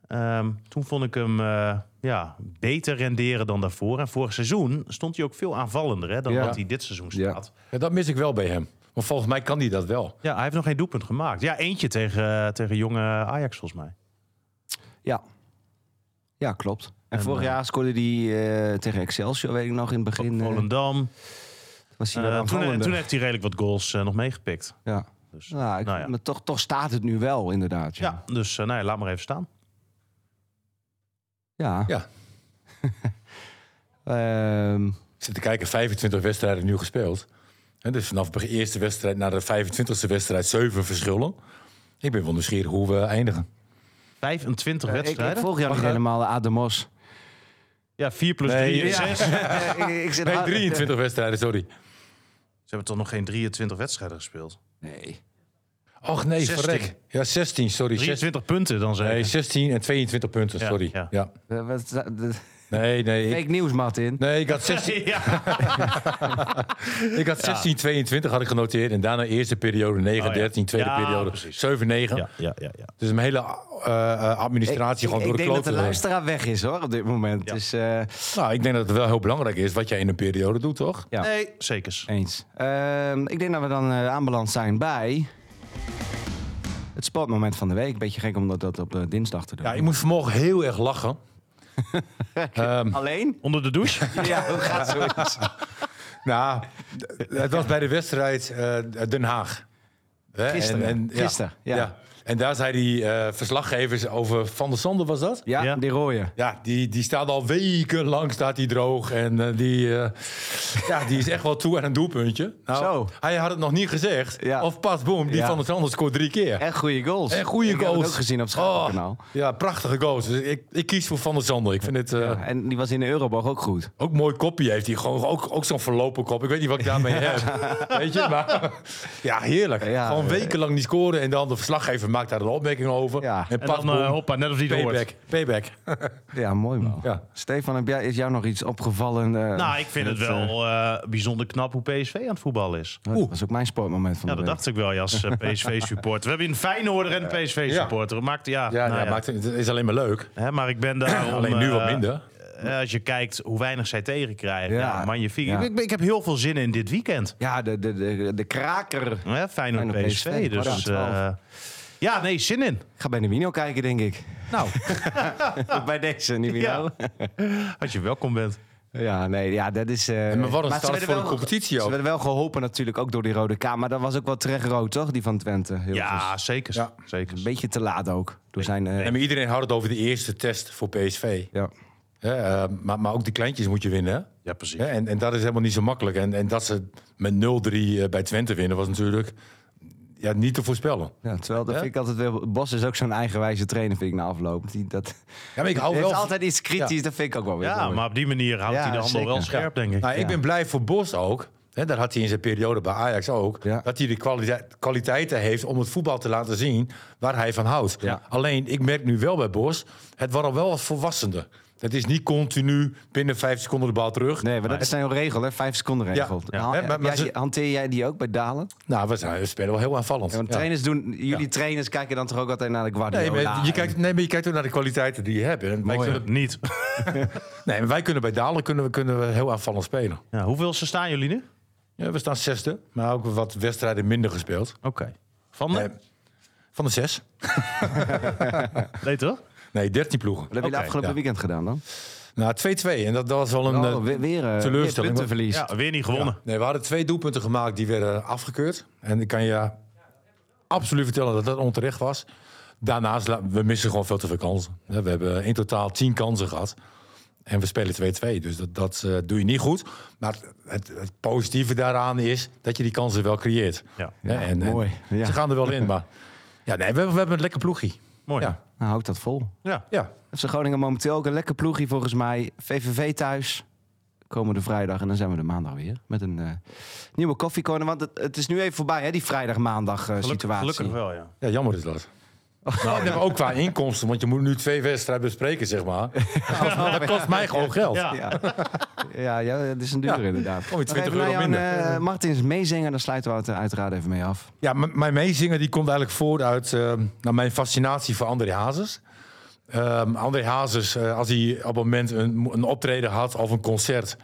S3: Ehm, toen vond ik hem eh, ja, beter renderen dan daarvoor. En vorig seizoen stond hij ook veel aanvallender hè, dan
S2: Ja.
S3: wat hij dit seizoen
S2: Ja.
S3: staat. Ja.
S4: Ja, dat mis ik wel bij hem. Maar volgens mij kan hij dat wel.
S3: hij heeft nog geen doelpunt gemaakt. Ja, eentje tegen, eh, tegen jonge Ajax volgens mij.
S2: Ja, ja klopt. En,
S3: En,
S2: vorig
S3: eh,
S2: jaar scoorde hij eh, tegen Excelsior, weet ik nog, in het
S3: Op
S2: begin. eh,
S3: Volendam.
S2: was hij
S3: Eh,
S2: wel
S3: toen, en
S2: aanvallender.
S3: toen heeft hij redelijk wat goals eh, nog meegepikt.
S2: ja.
S3: Dus, ja.
S2: Nou, ik-
S3: nou
S2: Maar toch, toch staat het nu wel, inderdaad. Ja.
S3: dus eh, nou ja, laat maar even staan.
S2: ja.
S4: Ja.
S2: Ehm,
S4: Ik zit te kijken, 25 wedstrijden nu gespeeld. En dus vanaf de eerste wedstrijd naar de 25e wedstrijd zeven verschillen. Ik ben wel nieuwsgierig hoe we eindigen.
S3: 25
S2: ik, ik
S3: wedstrijden.
S2: volg jou nog helemaal, Ademos.
S3: Ja, 4 plus
S4: Nee,
S3: 3 is
S4: ja.
S3: 6. Ze
S2: Eh, ik, ik zit
S4: Nee,
S2: al-
S4: 23 wedstrijden, sorry.
S3: hebben toch nog geen 23 wedstrijden gespeeld.
S2: Nee.
S4: Och nee,
S3: 16.
S4: verrek. Ja, 16, sorry. 16,
S3: 23 punten dan
S4: nee,
S3: zijn.
S4: 16 en 22 punten,
S3: Ja,
S4: sorry.
S3: ja.
S4: Ja.
S2: Eh, wat- de-
S4: Nee, nee. Ik,
S2: Fake nieuws, Martin.
S4: nee, ik had 16,
S3: Ja.
S4: ik had 16 22 had ik genoteerd. En daarna eerste periode 9,
S3: Oh, ja.
S4: 13, tweede
S3: Ja,
S4: periode
S3: precies.
S4: 7, 9.
S3: Ja, ja, ja, ja.
S4: Dus mijn hele eh, eh, administratie
S2: ik
S4: gewoon
S2: ik
S4: door de
S2: denk dat de
S4: kloten. eh. heen.
S2: luisteraar weg is hoor op dit moment.
S3: Ja.
S2: Dus eh,
S4: Nou, ik denk dat het wel heel belangrijk is wat jij in een periode doet, toch?
S2: Ja.
S3: Nee, zeker.
S2: eens. Ehm, ik denk dat we dan eh, aanbeland zijn bij het sportmoment van de week. Beetje gek om dat, dat op eh, dinsdag te doen.
S4: Ja, ik moet vanmorgen heel erg lachen. Ehm,
S2: Alleen?
S3: Onder de douche?
S2: Ja, dat gaat zoiets.
S4: nou, d- het was bij de wedstrijd eh, Den Haag. Hè,
S2: Gisteren,
S4: ja.
S2: gisteren, ja.
S4: En daar zei die eh, verslaggevers over Van der Sander, was dat?
S2: Ja,
S3: Ja.
S2: die rode.
S4: Ja, die, die staat al wekenlang staat die droog. En eh, die, eh, ja, die is echt wel toe aan een doelpuntje. Nou,
S2: Zo.
S4: Hij had het nog niet gezegd.
S2: Ja.
S4: Of pas, boom, die
S2: Ja.
S4: Van der Sander scoort drie keer.
S2: En goede goals.
S4: En goede
S2: Ik heb
S4: goals.
S2: het ook gezien op het schakelkanaal.
S4: Oh, ja, prachtige goals. Dus ik, ik kies voor Van der Sander. Ik vind het eh,
S2: Ja, en die was in de Euroborg ook goed.
S4: ook mooi kopje heeft hij. Gewoon ook, ook zo'n verlopen kop. Ik weet niet wat ik daarmee heb. Weet je, maar ja, heerlijk.
S2: Ja,
S4: Gewoon
S2: eh,
S4: wekenlang niet scoren en dan de verslaggever maakt daar een opmerking over.
S2: Ja.
S4: En,
S3: En
S4: pas
S3: dan, eh, hoppa, net of die het hoort.
S4: payback. Payback.
S2: Ja, mooi man.
S4: Ja.
S2: Stefan, heb jij, is jou nog iets opgevallen? eh,
S3: Nou, ik vind het
S2: dat, eh,
S3: wel eh, bijzonder knap hoe PSV aan het voetballen is.
S2: dat was ook mijn sportmoment van
S3: Ja,
S2: de
S3: dat
S2: week.
S3: dacht ik wel, ja, als eh, PSV-supporter. We hebben hier een Feyenoorder en een PSV-supporter. Maakt, ja,
S4: Ja,
S3: nou
S4: ja,
S3: ja.
S4: Maakt, het is alleen maar leuk.
S3: Hè, maar ik ben daar eh,
S4: alleen nu wat minder.
S3: als je kijkt hoe weinig zij tegenkrijgen. nou,
S2: Ja.
S3: Ja, magnifiek.
S2: Ja.
S3: Ik, ben- ik heb heel veel zin in dit weekend.
S2: Ja, de, de, de, de kraker. Ik
S3: Hè, Feyenoord
S2: Feyenoord,
S3: PSV.
S2: PSV,
S3: dus,
S2: kwart over twaalf.
S3: eh, ja, nee, zin in.
S2: ga bij de Wino kijken, denk ik.
S3: Nou,
S2: bij deze, niet Wino. Ja.
S3: als je welkom bent.
S2: nee, ja, dat is... eh,
S4: maar wat een
S2: ze
S4: start
S2: werden
S4: voor de
S2: wel-
S4: competitie
S2: Ze
S4: ook.
S2: werden wel geholpen natuurlijk, ook door die rode kaart. Maar dat was ook wel terecht rood, toch? Die van Twente. Heel veel.
S3: Ja, zeker.
S4: Ja.
S3: zeker.
S2: Een beetje te laat ook. Door zijn... eh,
S4: En maar iedereen houdt het over de eerste test voor PSV.
S2: ja.
S4: Hè, eh, maar, maar ook die kleintjes moet je winnen. hè?
S3: Ja, precies.
S4: Hè, en, en dat is helemaal niet zo makkelijk. En, en dat ze met 0-3 eh, bij Twente winnen was natuurlijk ja, niet te voorspellen.
S2: ja, terwijl dat
S4: Ja?
S2: vind ik altijd wel... Bos is ook zo'n eigenwijze trainer, vind ik, na afloop. Die, dat
S4: Ja, maar ik hou
S2: heeft
S4: Oh, wel...
S2: altijd iets kritisch,
S4: Ja.
S2: dat vind ik ook wel weer
S3: Ja,
S2: mooi.
S3: maar op die manier houdt
S2: Ja,
S3: hij de handel
S2: zeker.
S3: wel scherp, denk ik.
S4: Nou, ik
S2: Ja.
S4: ben blij voor Bos ook. Hè, dat had hij in zijn periode bij Ajax ook.
S2: Ja.
S4: Dat hij de kwalite- kwaliteiten heeft om het voetbal te laten zien waar hij van houdt.
S2: Ja.
S4: Alleen, ik merk nu wel bij Bos, het wordt al wel wat volwassener. Het is niet continu binnen vijf seconden de bal terug.
S2: Nee, maar dat is een regel, hè? Vijf seconden regel.
S4: Ja,
S2: Ha-
S4: hè, maar-
S2: jij-
S4: maar ze-
S2: hanteer jij die ook bij Dalen?
S4: Nou, we, zijn, we spelen wel heel aanvallend.
S2: Ja, want
S4: Ja.
S2: trainers doen, jullie trainers kijken dan toch ook altijd naar de
S4: Nee,
S2: Guardiola.
S4: maar je
S2: en-
S4: kijkt, nee, maar je kijkt ook naar de kwaliteiten die je hebt. En wij,
S3: Mooi, hè?
S4: kunnen,
S3: niet.
S4: nee, maar wij kunnen bij Dalen kunnen we, kunnen we heel aanvallend spelen.
S3: Ja, hoeveelste staan jullie nu?
S4: Ja, we staan zesde, maar ook wat wedstrijden minder gespeeld.
S3: Oké. Van de?
S4: Nee, van de zes?
S3: Nee, toch?
S4: Nee, 13 ploegen.
S2: Wat hebben jullie
S3: Oké,
S2: afgelopen
S4: ja.
S2: weekend gedaan dan?
S4: Nou, 2-2. En dat, dat was wel een
S2: Oh,
S4: eh,
S2: weer, weer, eh, weer
S4: teleurstelling.
S2: puntenverlies.
S3: Ja, weer niet gewonnen.
S4: Nee, we hadden twee doelpunten gemaakt die werden afgekeurd. En ik kan je absoluut vertellen dat dat onterecht was. Daarnaast, la- we missen gewoon veel te veel kansen. Hè, We hebben in totaal 10 kansen gehad. En we spelen 2-2, dus dat, dat eh, doe je niet goed. Maar het, het positieve daaraan is dat je die kansen wel creëert.
S3: Ja.
S4: Hè, en, en
S2: mooi, ja.
S4: Ze gaan er wel in, maar... Ja, nee, we, we hebben een lekker ploegie.
S3: Mooi.
S4: Ja.
S2: Nou, houd dat vol.
S3: Ja.
S4: Ja,
S2: FC Groningen momenteel ook een lekker ploegje volgens mij. VVV thuis komende vrijdag. En dan zijn we de maandag weer met een eh, nieuwe koffiecorner. Want het, het is nu even voorbij, hè, die vrijdag-maandag eh,
S3: Geluk-
S2: situatie.
S3: Gelukkig wel, ja.
S4: ja jammer is dat. Nou, nee, maar ook qua inkomsten, want je moet nu twee wedstrijden bespreken, zeg maar. dat kost mij gewoon geld.
S3: Ja.
S2: Ja. ja, ja, het is een duur
S4: Ja.
S2: inderdaad.
S4: Oh, 20
S2: Nog even
S4: euro
S2: naar jou,
S4: minder.
S2: eh, Martins meezingen, dan sluiten we het uiteraard even mee af.
S4: Ja, m- mijn meezingen die komt eigenlijk voort uit eh, nou, mijn fascinatie voor André Hazes. Ehm, André Hazes, eh, als hij op een moment een, een optreden had of een concert,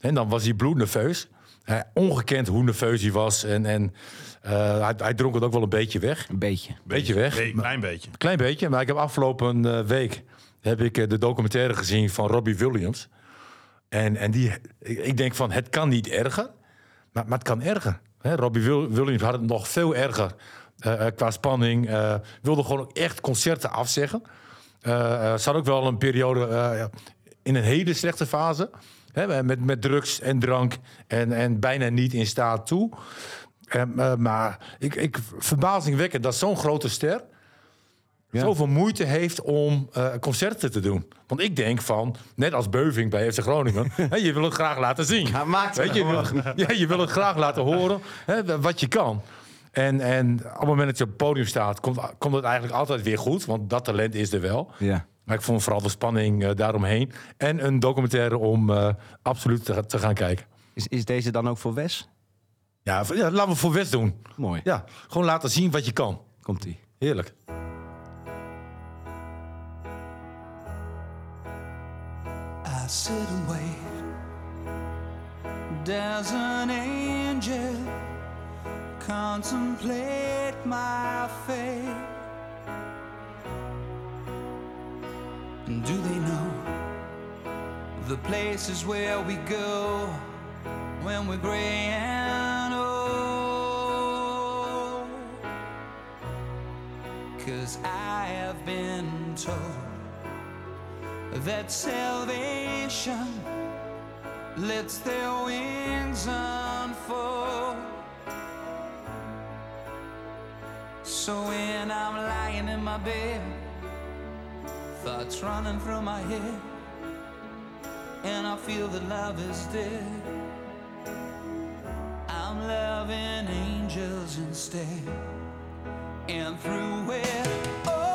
S4: hè, dan was hij bloednerveus. Hè, ongekend hoe nerveus hij was. En, en eh, hij, hij dronk het ook wel een beetje weg.
S2: Een beetje.
S4: Beetje weg.
S3: Nee, klein beetje.
S4: Klein beetje, maar ik heb afgelopen eh, week heb ik eh, de documentaire gezien van Robbie Williams. En, en die, ik, ik denk van, het kan niet erger, maar, maar het kan erger. Hè, Robbie Wil- Williams had het nog veel erger eh, eh, qua spanning. eh, wilde gewoon ook echt concerten afzeggen. Eh, eh, zat ook wel een periode eh, in een hele slechte fase. Hè, eh, met, met drugs en drank en, en bijna niet in staat toe. Ehm, eh, maar ik, ik, verbazingwekkend dat zo'n grote ster zoveel moeite heeft om eh, concerten te doen. Want ik denk van, net als Beuving bij FC Groningen, hè, je wil het graag laten zien.
S2: Ja, maakt het
S4: Weet je, je, wil, ja, je wil het graag laten horen hè, wat je kan. En, en op het moment dat je op het podium staat, komt, komt het eigenlijk altijd weer goed. Want dat talent is er wel.
S2: Ja.
S4: Maar ik vond vooral de spanning eh, daaromheen. En een documentaire om eh, absoluut te, te gaan kijken.
S2: Is, is deze dan ook voor Wes?
S4: Ja, v- ja, laten we voor West doen.
S2: Mooi.
S4: Ja, gewoon laten zien wat je kan.
S2: Komt-ie.
S4: Heerlijk.
S6: I sit and wait. Does an angel contemplate my fate? And do they know the places where we go when we're gray and old? Cause I have been told that salvation lets their wings unfold. So when I'm lying in my bed, thoughts running through my head, and I feel that love is dead, I'm loving angels instead, and through it. Oh,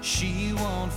S6: she won't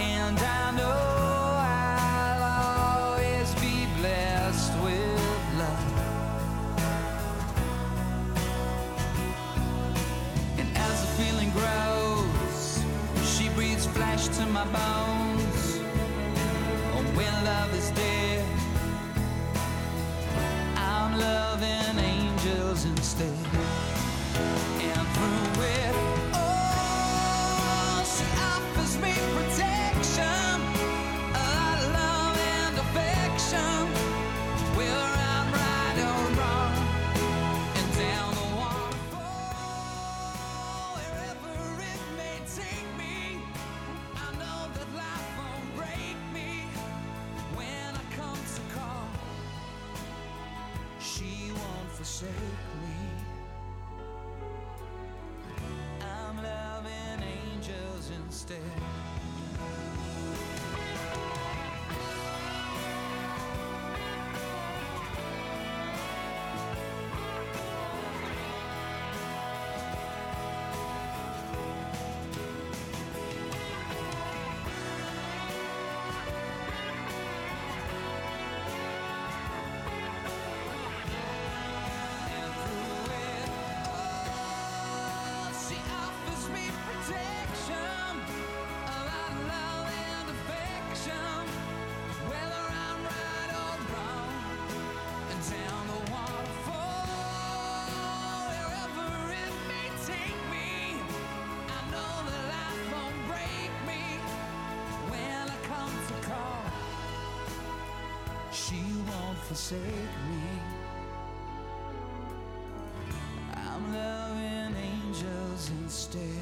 S6: and I know I'll always be blessed with love. And as the feeling grows, she breathes flesh to my bones. And when love is dead, I'm loving angels instead. And through it all, she offers me protection, a love and affection. Whether I'm right or wrong, and down the waterfall, wherever it may take me, I know that life won't break me. When I come to call, she won't forsake me. I'm loving angels instead. And through it all, she offers me protection, a lot of love and affection. Whether I'm right or wrong, and down the waterfall, wherever it may take me, I know that life won't break me when I come to call. She won't forsake me. I'm loving angels instead.